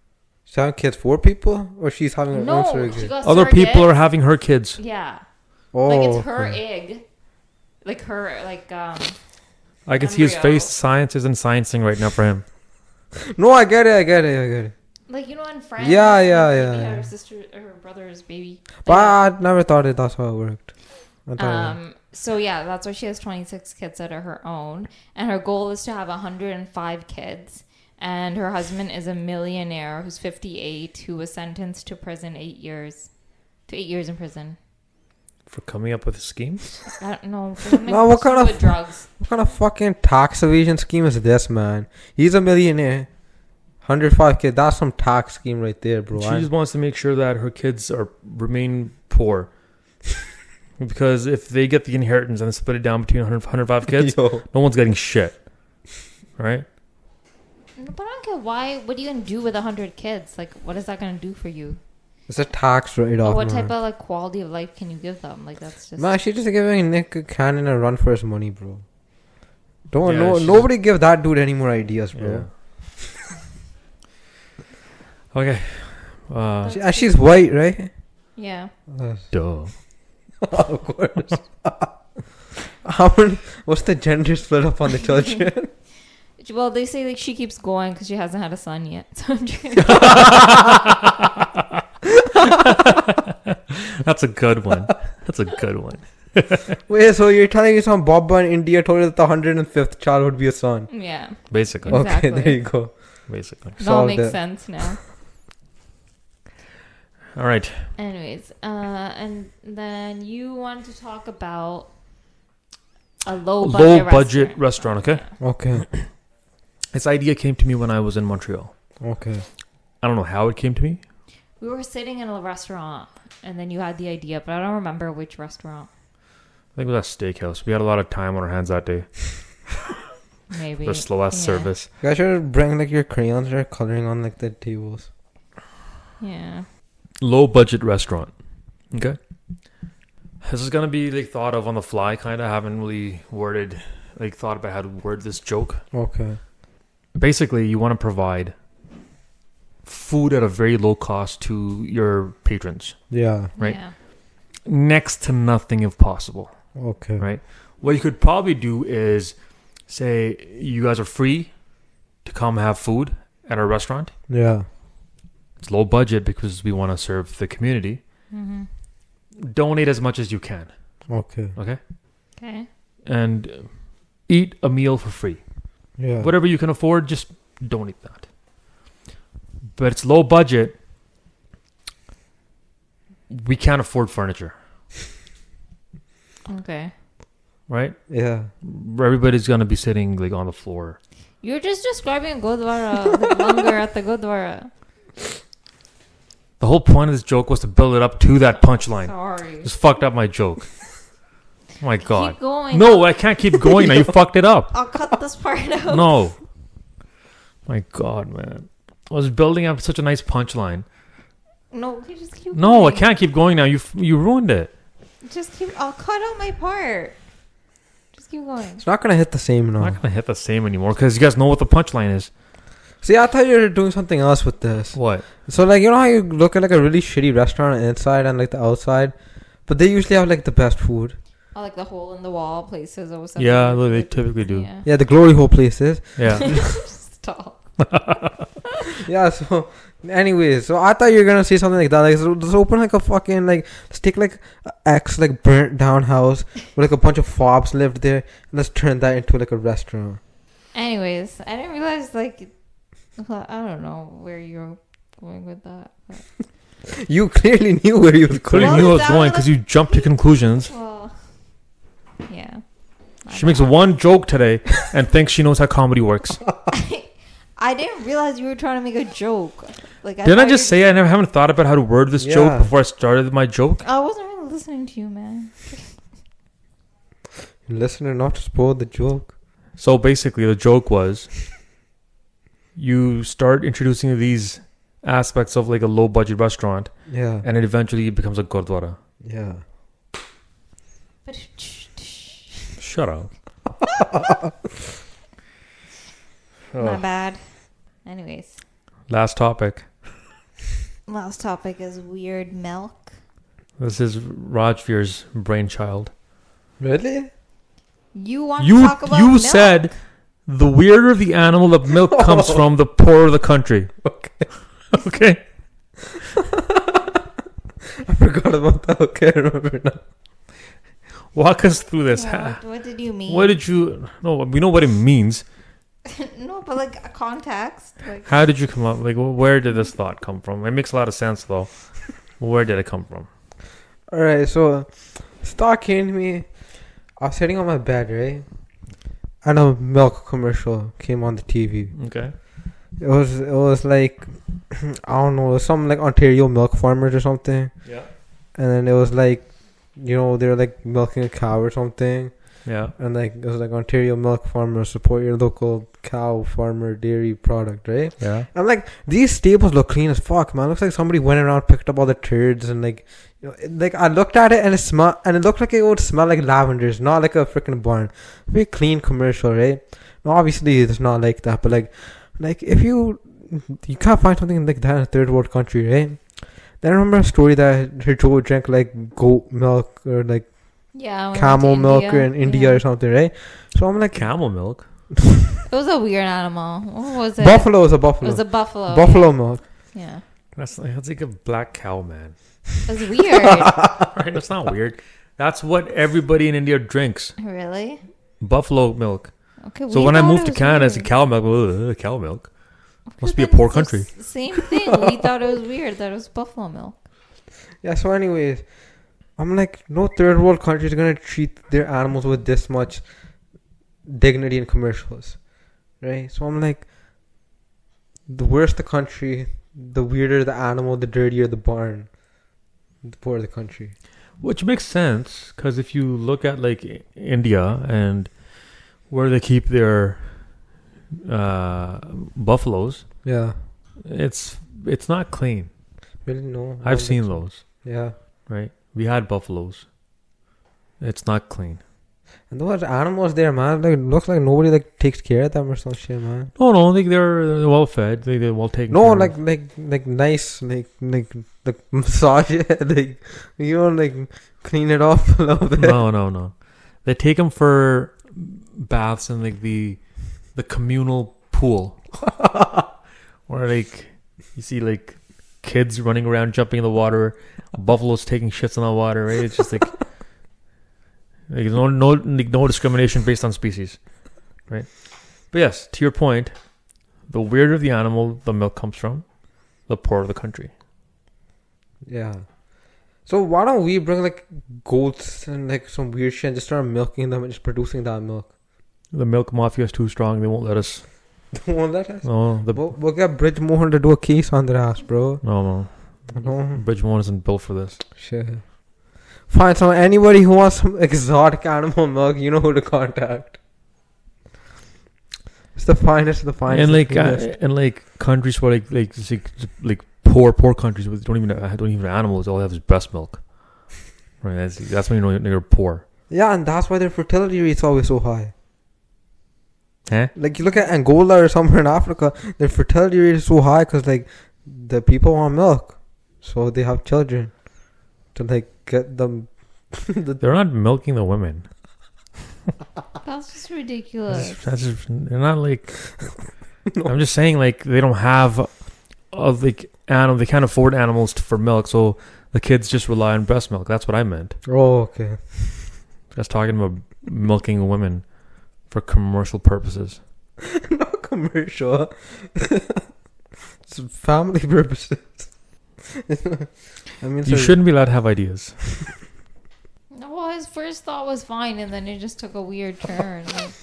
Speaker 4: She's having kids for people, or she's having her own
Speaker 2: no, she
Speaker 4: surrogate?
Speaker 2: got
Speaker 3: Other people are
Speaker 2: surrogates.
Speaker 3: having her kids.
Speaker 2: Yeah,
Speaker 4: oh,
Speaker 2: like it's her
Speaker 4: okay.
Speaker 2: egg, like her like um.
Speaker 3: I can see his
Speaker 2: Embryo.
Speaker 3: face. Science isn't sciencing right now for him.
Speaker 4: No, I get it. I get it. I get it.
Speaker 2: Like you know, in France.
Speaker 4: Yeah, yeah,
Speaker 2: when
Speaker 4: yeah,
Speaker 2: Phoebe had
Speaker 4: yeah.
Speaker 2: Her sister, her brother's baby.
Speaker 4: But
Speaker 2: Like,
Speaker 4: I never thought it. That's how it worked. I thought
Speaker 2: Um, so yeah, that's why she has 26 kids that are her own, and her goal is to have 105 kids. And her husband is a millionaire who's 58, who was sentenced to prison eight years, to eight years in prison.
Speaker 3: For coming up with schemes?
Speaker 2: I don't know. for something
Speaker 4: No, what kind
Speaker 2: to do
Speaker 4: of-
Speaker 2: with drugs?
Speaker 4: what kind of fucking tax evasion scheme is this, man? He's a millionaire. 105k. That's some tax scheme right there, bro.
Speaker 3: she
Speaker 4: I-
Speaker 3: just wants to make sure that her kids are remain poor. because if they get the inheritance and split it down between 100, 105 kids,
Speaker 4: Yo.
Speaker 3: no one's getting shit. Right?
Speaker 2: No, But I don't care why. What are you gonna do with 100 kids? Like, what is that gonna do for you?
Speaker 4: It's a tax write-off.
Speaker 2: Or what
Speaker 4: man.
Speaker 2: type of like quality of life can you give them? Like, that's just.
Speaker 4: Man, she just giving Nick Cannon a run for his money, bro. Don't
Speaker 3: Yeah,
Speaker 4: no,
Speaker 3: she's-
Speaker 4: nobody give that dude any more ideas, bro.
Speaker 3: Okay. Uh,
Speaker 4: She- and she's white, right?
Speaker 2: yeah.
Speaker 3: Duh.
Speaker 4: of course. How many, what's the gender split up on the children?
Speaker 2: Well, they say like she keeps going because she hasn't had a son yet. So I'm just
Speaker 3: That's a good one. That's a good one.
Speaker 4: Wait, so you're telling me some Baba in India told you that the hundred and fifth child would be a son?
Speaker 2: yeah, it
Speaker 3: Basically.
Speaker 2: Oh. Exactly.
Speaker 4: Okay, there you go.
Speaker 3: Basically.
Speaker 2: all
Speaker 4: Solved
Speaker 2: makes
Speaker 4: it.
Speaker 2: sense now.
Speaker 3: All right.
Speaker 2: Anyways, uh, and then you wanted to talk about a low budget
Speaker 3: Low budget restaurant, okay?
Speaker 4: Okay,
Speaker 3: This idea came to me when I was in Montreal.
Speaker 4: okay.
Speaker 3: I don't know how it came to me.
Speaker 2: We were sitting in a restaurant, and then you had the idea, but I don't remember which restaurant.
Speaker 3: I think it was at steakhouse. We had a lot of time on our hands that day.
Speaker 2: Maybe
Speaker 3: The slow ass
Speaker 2: yeah.
Speaker 3: service.
Speaker 4: You guys should bring like your crayons or coloring on like the tables.
Speaker 2: Yeah,
Speaker 3: Low budget restaurant. Okay. This is gonna be like thought of on the fly kinda. I haven't really worded like thought about how to word this joke.
Speaker 4: Okay.
Speaker 3: basically you want to provide food at a very low cost to your patrons
Speaker 4: Yeah.
Speaker 3: Right.
Speaker 2: Yeah.
Speaker 3: next to nothing if possible
Speaker 4: Okay.
Speaker 3: Right. what you could probably do is say you guys are free to come have food at our restaurant
Speaker 4: Yeah.
Speaker 3: it's low budget because we want to serve the community
Speaker 2: Mm-hmm.
Speaker 3: donate as much as you can
Speaker 4: Okay.
Speaker 3: okay
Speaker 2: Okay.
Speaker 3: and uh, eat a meal for free
Speaker 4: Yeah.
Speaker 3: whatever you can afford, just donate that. But it's low budget. We can't afford furniture,
Speaker 2: Okay.
Speaker 3: right?
Speaker 4: Yeah.
Speaker 3: Everybody's gonna be sitting like on the floor.
Speaker 2: You're just describing Godwara, the longer at the Godwara.
Speaker 3: The whole point of this joke was to build it up to that punchline.
Speaker 2: Sorry.
Speaker 3: Just fucked up my joke. Oh my god.
Speaker 2: Keep going.
Speaker 3: No, I can't keep going now. You fucked it up.
Speaker 2: I'll cut this part out.
Speaker 3: No. My god, man. I was building up such a nice punchline.
Speaker 2: No, you just keep.
Speaker 3: No, I
Speaker 2: going.
Speaker 3: can't keep going now. You f- you ruined it.
Speaker 2: Just keep. I'll cut out my part. Just keep going.
Speaker 4: It's not gonna hit the same
Speaker 3: I'm
Speaker 4: now.
Speaker 3: not gonna hit the same anymore because you guys know what the punchline is.
Speaker 4: See, I thought you were doing something else with this.
Speaker 3: What?
Speaker 4: So, like, you know how you look at like a really shitty restaurant on the inside and like the outside, but they usually have like the best food.
Speaker 2: Oh, like the hole in the wall places or something.
Speaker 3: Yeah, they they typically do.
Speaker 2: Yeah.
Speaker 4: Yeah, the glory hole places.
Speaker 3: Yeah.
Speaker 2: Stop.
Speaker 4: Yeah. So, anyways, so I thought you were gonna say something like that. Like, so just open like a fucking like let's take like a ex like burnt down house where like a bunch of fobs lived there, and let's turn that into like a restaurant.
Speaker 2: Anyways, I didn't realize like well, I don't know where you're going with that. but-
Speaker 4: You clearly knew where you was
Speaker 3: Clearly
Speaker 4: going.
Speaker 2: Well,
Speaker 3: knew I
Speaker 2: that
Speaker 3: was going
Speaker 2: was-
Speaker 3: because you jumped to conclusions.
Speaker 2: Well, yeah. I
Speaker 3: She
Speaker 2: don't
Speaker 3: makes
Speaker 2: know.
Speaker 3: one joke today and thinks she knows how comedy works.
Speaker 2: I didn't realize you were trying to make a joke. Like
Speaker 3: Didn't I
Speaker 2: thought
Speaker 3: just
Speaker 2: you-
Speaker 3: say I never haven't thought about how to word this
Speaker 4: Yeah.
Speaker 3: joke before I started my joke?
Speaker 2: Oh, I wasn't really listening to you, man.
Speaker 4: Listener, not to spoil the joke.
Speaker 3: So basically, the joke was you start introducing these aspects of like a low budget restaurant,
Speaker 4: Yeah.
Speaker 3: and it eventually becomes a gurdwara.
Speaker 4: Yeah.
Speaker 3: Shut up.
Speaker 4: Oh.
Speaker 2: My bad. Anyways,
Speaker 3: Last topic.
Speaker 2: last topic is weird milk.
Speaker 3: This is Rajveer's brainchild.
Speaker 4: Really?
Speaker 2: You want
Speaker 3: you
Speaker 2: to talk about
Speaker 3: you
Speaker 2: milk?
Speaker 3: said the weirder the animal the milk comes from, the poorer the country.
Speaker 4: Okay.
Speaker 3: Okay.
Speaker 4: I forgot about that. Okay, I remember now.
Speaker 3: Walk us through this.
Speaker 2: Yeah,
Speaker 3: Ha-
Speaker 2: what, what did you mean?
Speaker 3: What did you? No, we know what it means.
Speaker 2: no, but like a context. Like,
Speaker 3: How did you come up? Like, wh- where did this thought come from? It makes a lot of sense, though. Where did it come from?
Speaker 4: All right, so this thought came to me. I was sitting on my bed, right, and a milk commercial came on the TV.
Speaker 3: Okay.
Speaker 4: It was it was like I don't know, some like Ontario milk farmers or something,
Speaker 3: Yeah.
Speaker 4: and then it was like you know they were like milking a cow or something,
Speaker 3: Yeah.
Speaker 4: and like it was like Ontario milk farmers support your local cow farmer dairy product, right?
Speaker 3: Yeah.
Speaker 4: I'm like, these staples look clean as fuck, man. Looks like somebody went around, picked up all the turds, and like, you know, it- like I looked at it and it smell, and it looked like it would smell like lavenders, not like a freaking barn. Very clean commercial, right? Now, obviously, it's not like that, but like, like if you you can't find something like that in a third world country, right? Then I remember a story that her Joe drank like goat milk or like
Speaker 2: yeah, when we went to
Speaker 4: camel milk
Speaker 2: Oh, India.
Speaker 4: in India
Speaker 2: Yeah.
Speaker 4: or something, right? So I'm like,
Speaker 3: Camel milk.
Speaker 2: It was a weird animal. What was it?
Speaker 4: buffalo is a
Speaker 2: It
Speaker 4: buffalo,
Speaker 2: was a buffalo.
Speaker 4: buffalo milk.
Speaker 2: Yeah,
Speaker 3: That's like, that's like a black cow, man.
Speaker 2: it was weird.
Speaker 3: right? That's not weird. That's what everybody in India drinks.
Speaker 2: really?
Speaker 3: Buffalo milk.
Speaker 2: Okay.
Speaker 3: So
Speaker 2: we
Speaker 3: when I
Speaker 2: thought
Speaker 3: moved
Speaker 2: it
Speaker 3: to
Speaker 2: was
Speaker 3: Canada, it's a
Speaker 2: weird.
Speaker 3: cow milk. Ugh, cow milk. Must be a
Speaker 2: But then
Speaker 3: poor
Speaker 2: it's the
Speaker 3: country.
Speaker 2: s- Same thing. We thought it was weird that it was buffalo milk.
Speaker 4: Yeah, so anyways, I'm like, no third world country is gonna treat their animals with this much dignity in commercials. Right? So I'm like the worse the country, the weirder the animal, the dirtier the barn, the poorer the country.
Speaker 3: Which makes sense because if you look at like I- India and where they keep their uh, buffaloes,
Speaker 4: Yeah.
Speaker 3: it's it's not clean.
Speaker 4: Really no.
Speaker 3: I've
Speaker 4: no,
Speaker 3: seen
Speaker 4: but-
Speaker 3: those.
Speaker 4: Yeah.
Speaker 3: Right, we had buffaloes. It's not clean.
Speaker 4: And those animals there, man, like looks like nobody like takes care of them or some shit, man.
Speaker 3: No, no, like they're, they're well fed. They they're well taken.
Speaker 4: No,
Speaker 3: care of.
Speaker 4: like like like nice, like like like massage it, like you know, like clean it off a little bit.
Speaker 3: no, no, no. They take them for baths in like the the communal pool, where like you see like kids running around jumping in the water, buffaloes taking shits in the water. Right? It's just like like no no like, no discrimination based on species, right? But yes, to your point, the weirder the animal the milk comes from, the poorer the country.
Speaker 4: Yeah. So why don't we bring like goats and like some weird shit and just start milking them and just producing that milk?
Speaker 3: The milk mafia is too strong. They won't let us.
Speaker 4: Don't want that. ass-
Speaker 3: No, the
Speaker 4: We'll, we'll get Bridgemohan to do a case on their ass, bro.
Speaker 3: no no.
Speaker 4: No
Speaker 3: Bridgemont isn't built for this.
Speaker 4: shit. Find some anybody who wants some exotic animal milk. You know who to contact. It's the finest of the finest.
Speaker 3: and
Speaker 4: of
Speaker 3: like
Speaker 4: the finest.
Speaker 3: uh, and like countries where like like just, like just, like poor poor countries with don't even uh, don't even have animals all they have is breast milk right that's that's when you know you're poor
Speaker 4: Yeah, and that's why their fertility rate's always so high.
Speaker 3: Huh?
Speaker 4: Like you look at Angola or somewhere in Africa, their fertility rate is so high because like the people want milk, so they have children to like get them. the,
Speaker 3: they're not milking the women
Speaker 2: That's just
Speaker 3: that's
Speaker 2: ridiculous.
Speaker 3: just, that's just- they're not like
Speaker 4: No.
Speaker 3: i'm just saying like they don't have of like animal they can't afford animals to, for milk so the kids just rely on breast milk that's what i meant
Speaker 4: oh, okay.
Speaker 3: that's talking about milking women for commercial purposes
Speaker 4: Not commercial. it's family purposes. I mean,
Speaker 3: you
Speaker 4: so-
Speaker 3: shouldn't be allowed to have ideas
Speaker 2: No, well, his first thought was fine, and then it just took a weird turn. Like,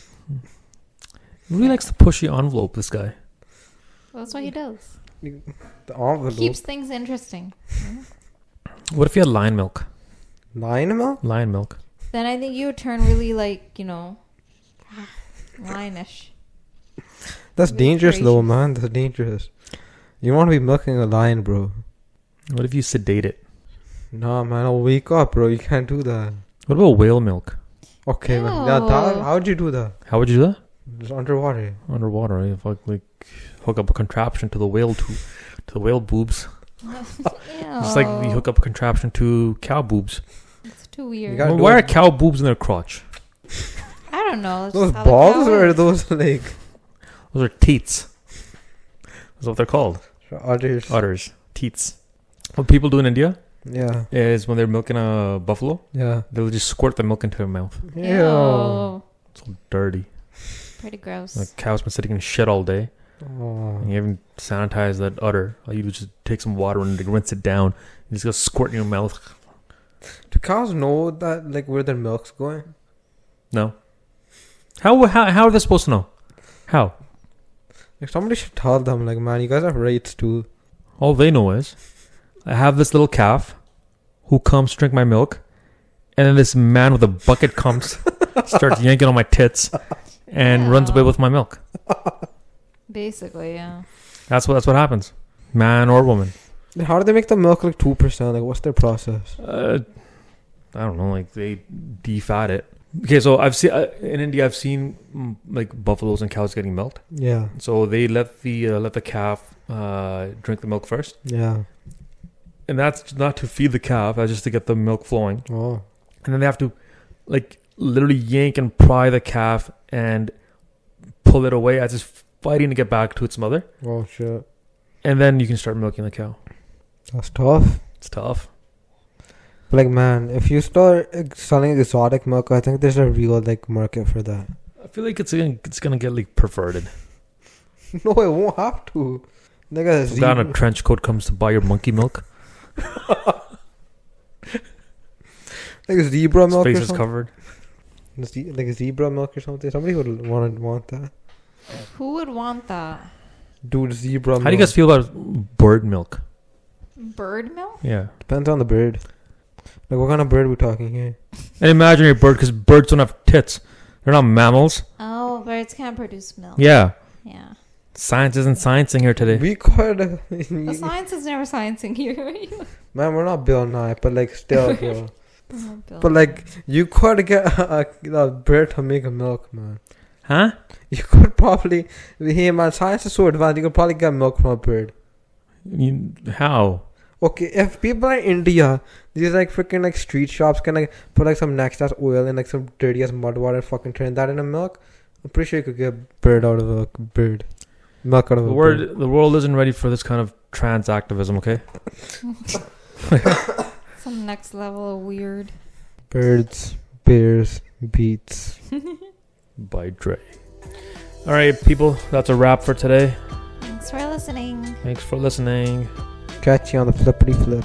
Speaker 3: he really likes to push the envelope this guy
Speaker 2: that's what he does.
Speaker 4: The envelope.
Speaker 2: Keeps things interesting.
Speaker 3: what if you had lion milk
Speaker 4: Lion milk?
Speaker 3: lion milk
Speaker 2: Then I think you would turn really like you know Lionish.
Speaker 4: That's
Speaker 2: Good
Speaker 4: dangerous, though,
Speaker 2: gracious.
Speaker 4: man. That's dangerous. You want to be milking a lion, bro.
Speaker 3: What if you sedate it?
Speaker 4: Nah, man, I'll wake up, bro. You can't do that.
Speaker 3: What about whale milk?
Speaker 4: Okay, man. Now, that,
Speaker 2: Ew.
Speaker 4: how'd you do that?
Speaker 3: How would you do that?
Speaker 4: It's underwater.
Speaker 3: Underwater, eh? Fuck, like hook up a contraption to the whale to, to the whale boobs. Just like
Speaker 2: Oh.
Speaker 3: you hook up a contraption to cow boobs.
Speaker 2: It's too
Speaker 4: You
Speaker 2: weird.
Speaker 4: gotta
Speaker 3: Well,
Speaker 4: do
Speaker 3: why are
Speaker 4: it.
Speaker 3: cow boobs in their crotch?
Speaker 2: I don't know. it's
Speaker 4: Those
Speaker 2: just how the cow
Speaker 4: balls or
Speaker 2: is.
Speaker 4: those like
Speaker 3: Those are teats. That's what they're called.
Speaker 4: otters?
Speaker 3: Utters. Teats. What people do in India
Speaker 4: Yeah,
Speaker 3: is when they're milking a buffalo,
Speaker 4: yeah.
Speaker 3: they'll just squirt the milk into their mouth.
Speaker 4: Ew.
Speaker 2: Ew.
Speaker 3: It's all dirty.
Speaker 2: Pretty gross.
Speaker 3: The cow's been sitting in shit all day. And
Speaker 4: Oh.
Speaker 3: you haven't sanitized that udder. All you do is just take some water and rinse it down. You just go squirt in your mouth.
Speaker 4: Do cows know that like where their milk's going?
Speaker 3: No. How how how are they supposed to know? How?
Speaker 4: Like somebody should tell them, like, man, you guys have rights too.
Speaker 3: All they know is I have this little calf who comes drink my milk, and then this man with a bucket comes, starts yanking on my tits, and runs away with my milk.
Speaker 2: Basically, yeah.
Speaker 3: That's what that's what happens, man or woman.
Speaker 4: Then How do they make the milk like two percent? Like, what's their process?
Speaker 3: Uh, I don't know, like they defat it. Okay, so I've seen uh, in India, I've seen mm, like buffaloes and cows getting milked.
Speaker 4: Yeah,
Speaker 3: So they let the uh, let the calf uh, drink the milk first,
Speaker 4: yeah.
Speaker 3: and that's not to feed the calf, that's just to get the milk flowing.
Speaker 4: Oh,
Speaker 3: And then they have to like literally yank and pry the calf and pull it away as it's fighting to get back to its mother,
Speaker 4: oh shit,
Speaker 3: and then you can start milking the cow.
Speaker 4: that's tough.
Speaker 3: It's tough.
Speaker 4: But, like, man, if you start like, selling exotic milk, I think there's a real like market for that.
Speaker 3: I feel like it's gonna, it's gonna get like perverted.
Speaker 4: no, it won't have to. Nigga,
Speaker 3: Some guy in a trench coat comes to buy your monkey milk.
Speaker 4: like zebra
Speaker 3: His
Speaker 4: milk
Speaker 3: face
Speaker 4: or
Speaker 3: is
Speaker 4: something.
Speaker 3: covered.
Speaker 4: Ze- like zebra milk or something. Somebody would want want that.
Speaker 2: Who would want that?
Speaker 4: Dude, zebra milk.
Speaker 3: How do you guys feel about bird milk?
Speaker 2: Bird milk?
Speaker 3: Yeah.
Speaker 4: Depends on the bird. Like, what kind of bird we talking here?
Speaker 3: An imaginary bird because birds don't have tits. They're not mammals.
Speaker 2: Oh, birds can't produce milk.
Speaker 3: Yeah.
Speaker 2: Yeah.
Speaker 3: Science isn't sciencing here today.
Speaker 4: We could.
Speaker 2: The science is never sciencing here.
Speaker 4: Man, we're not Bill Nye, but like, still, bro.
Speaker 2: Oh, Bill.
Speaker 4: but like, you could get a, a, a bird to make a milk, man.
Speaker 3: Huh?
Speaker 4: You could probably. Hey, man, science is so advanced, you could probably get milk from a bird.
Speaker 3: You, how?
Speaker 4: Okay, if people in India, these like freaking like street shops can like put like some next ass oil and like some dirty ass mud water and fucking turn that into milk, I'm pretty sure you could get bird out of a bird. Milk out of
Speaker 3: The
Speaker 4: a bird.
Speaker 3: world, the world isn't ready for this kind of trans activism, okay?
Speaker 2: Some next level of weird.
Speaker 4: Birds, bears, beats.
Speaker 3: By Dre. All right, people, that's a wrap for today.
Speaker 2: Thanks for listening.
Speaker 3: Thanks for listening.
Speaker 4: Catch you on the flippity flip.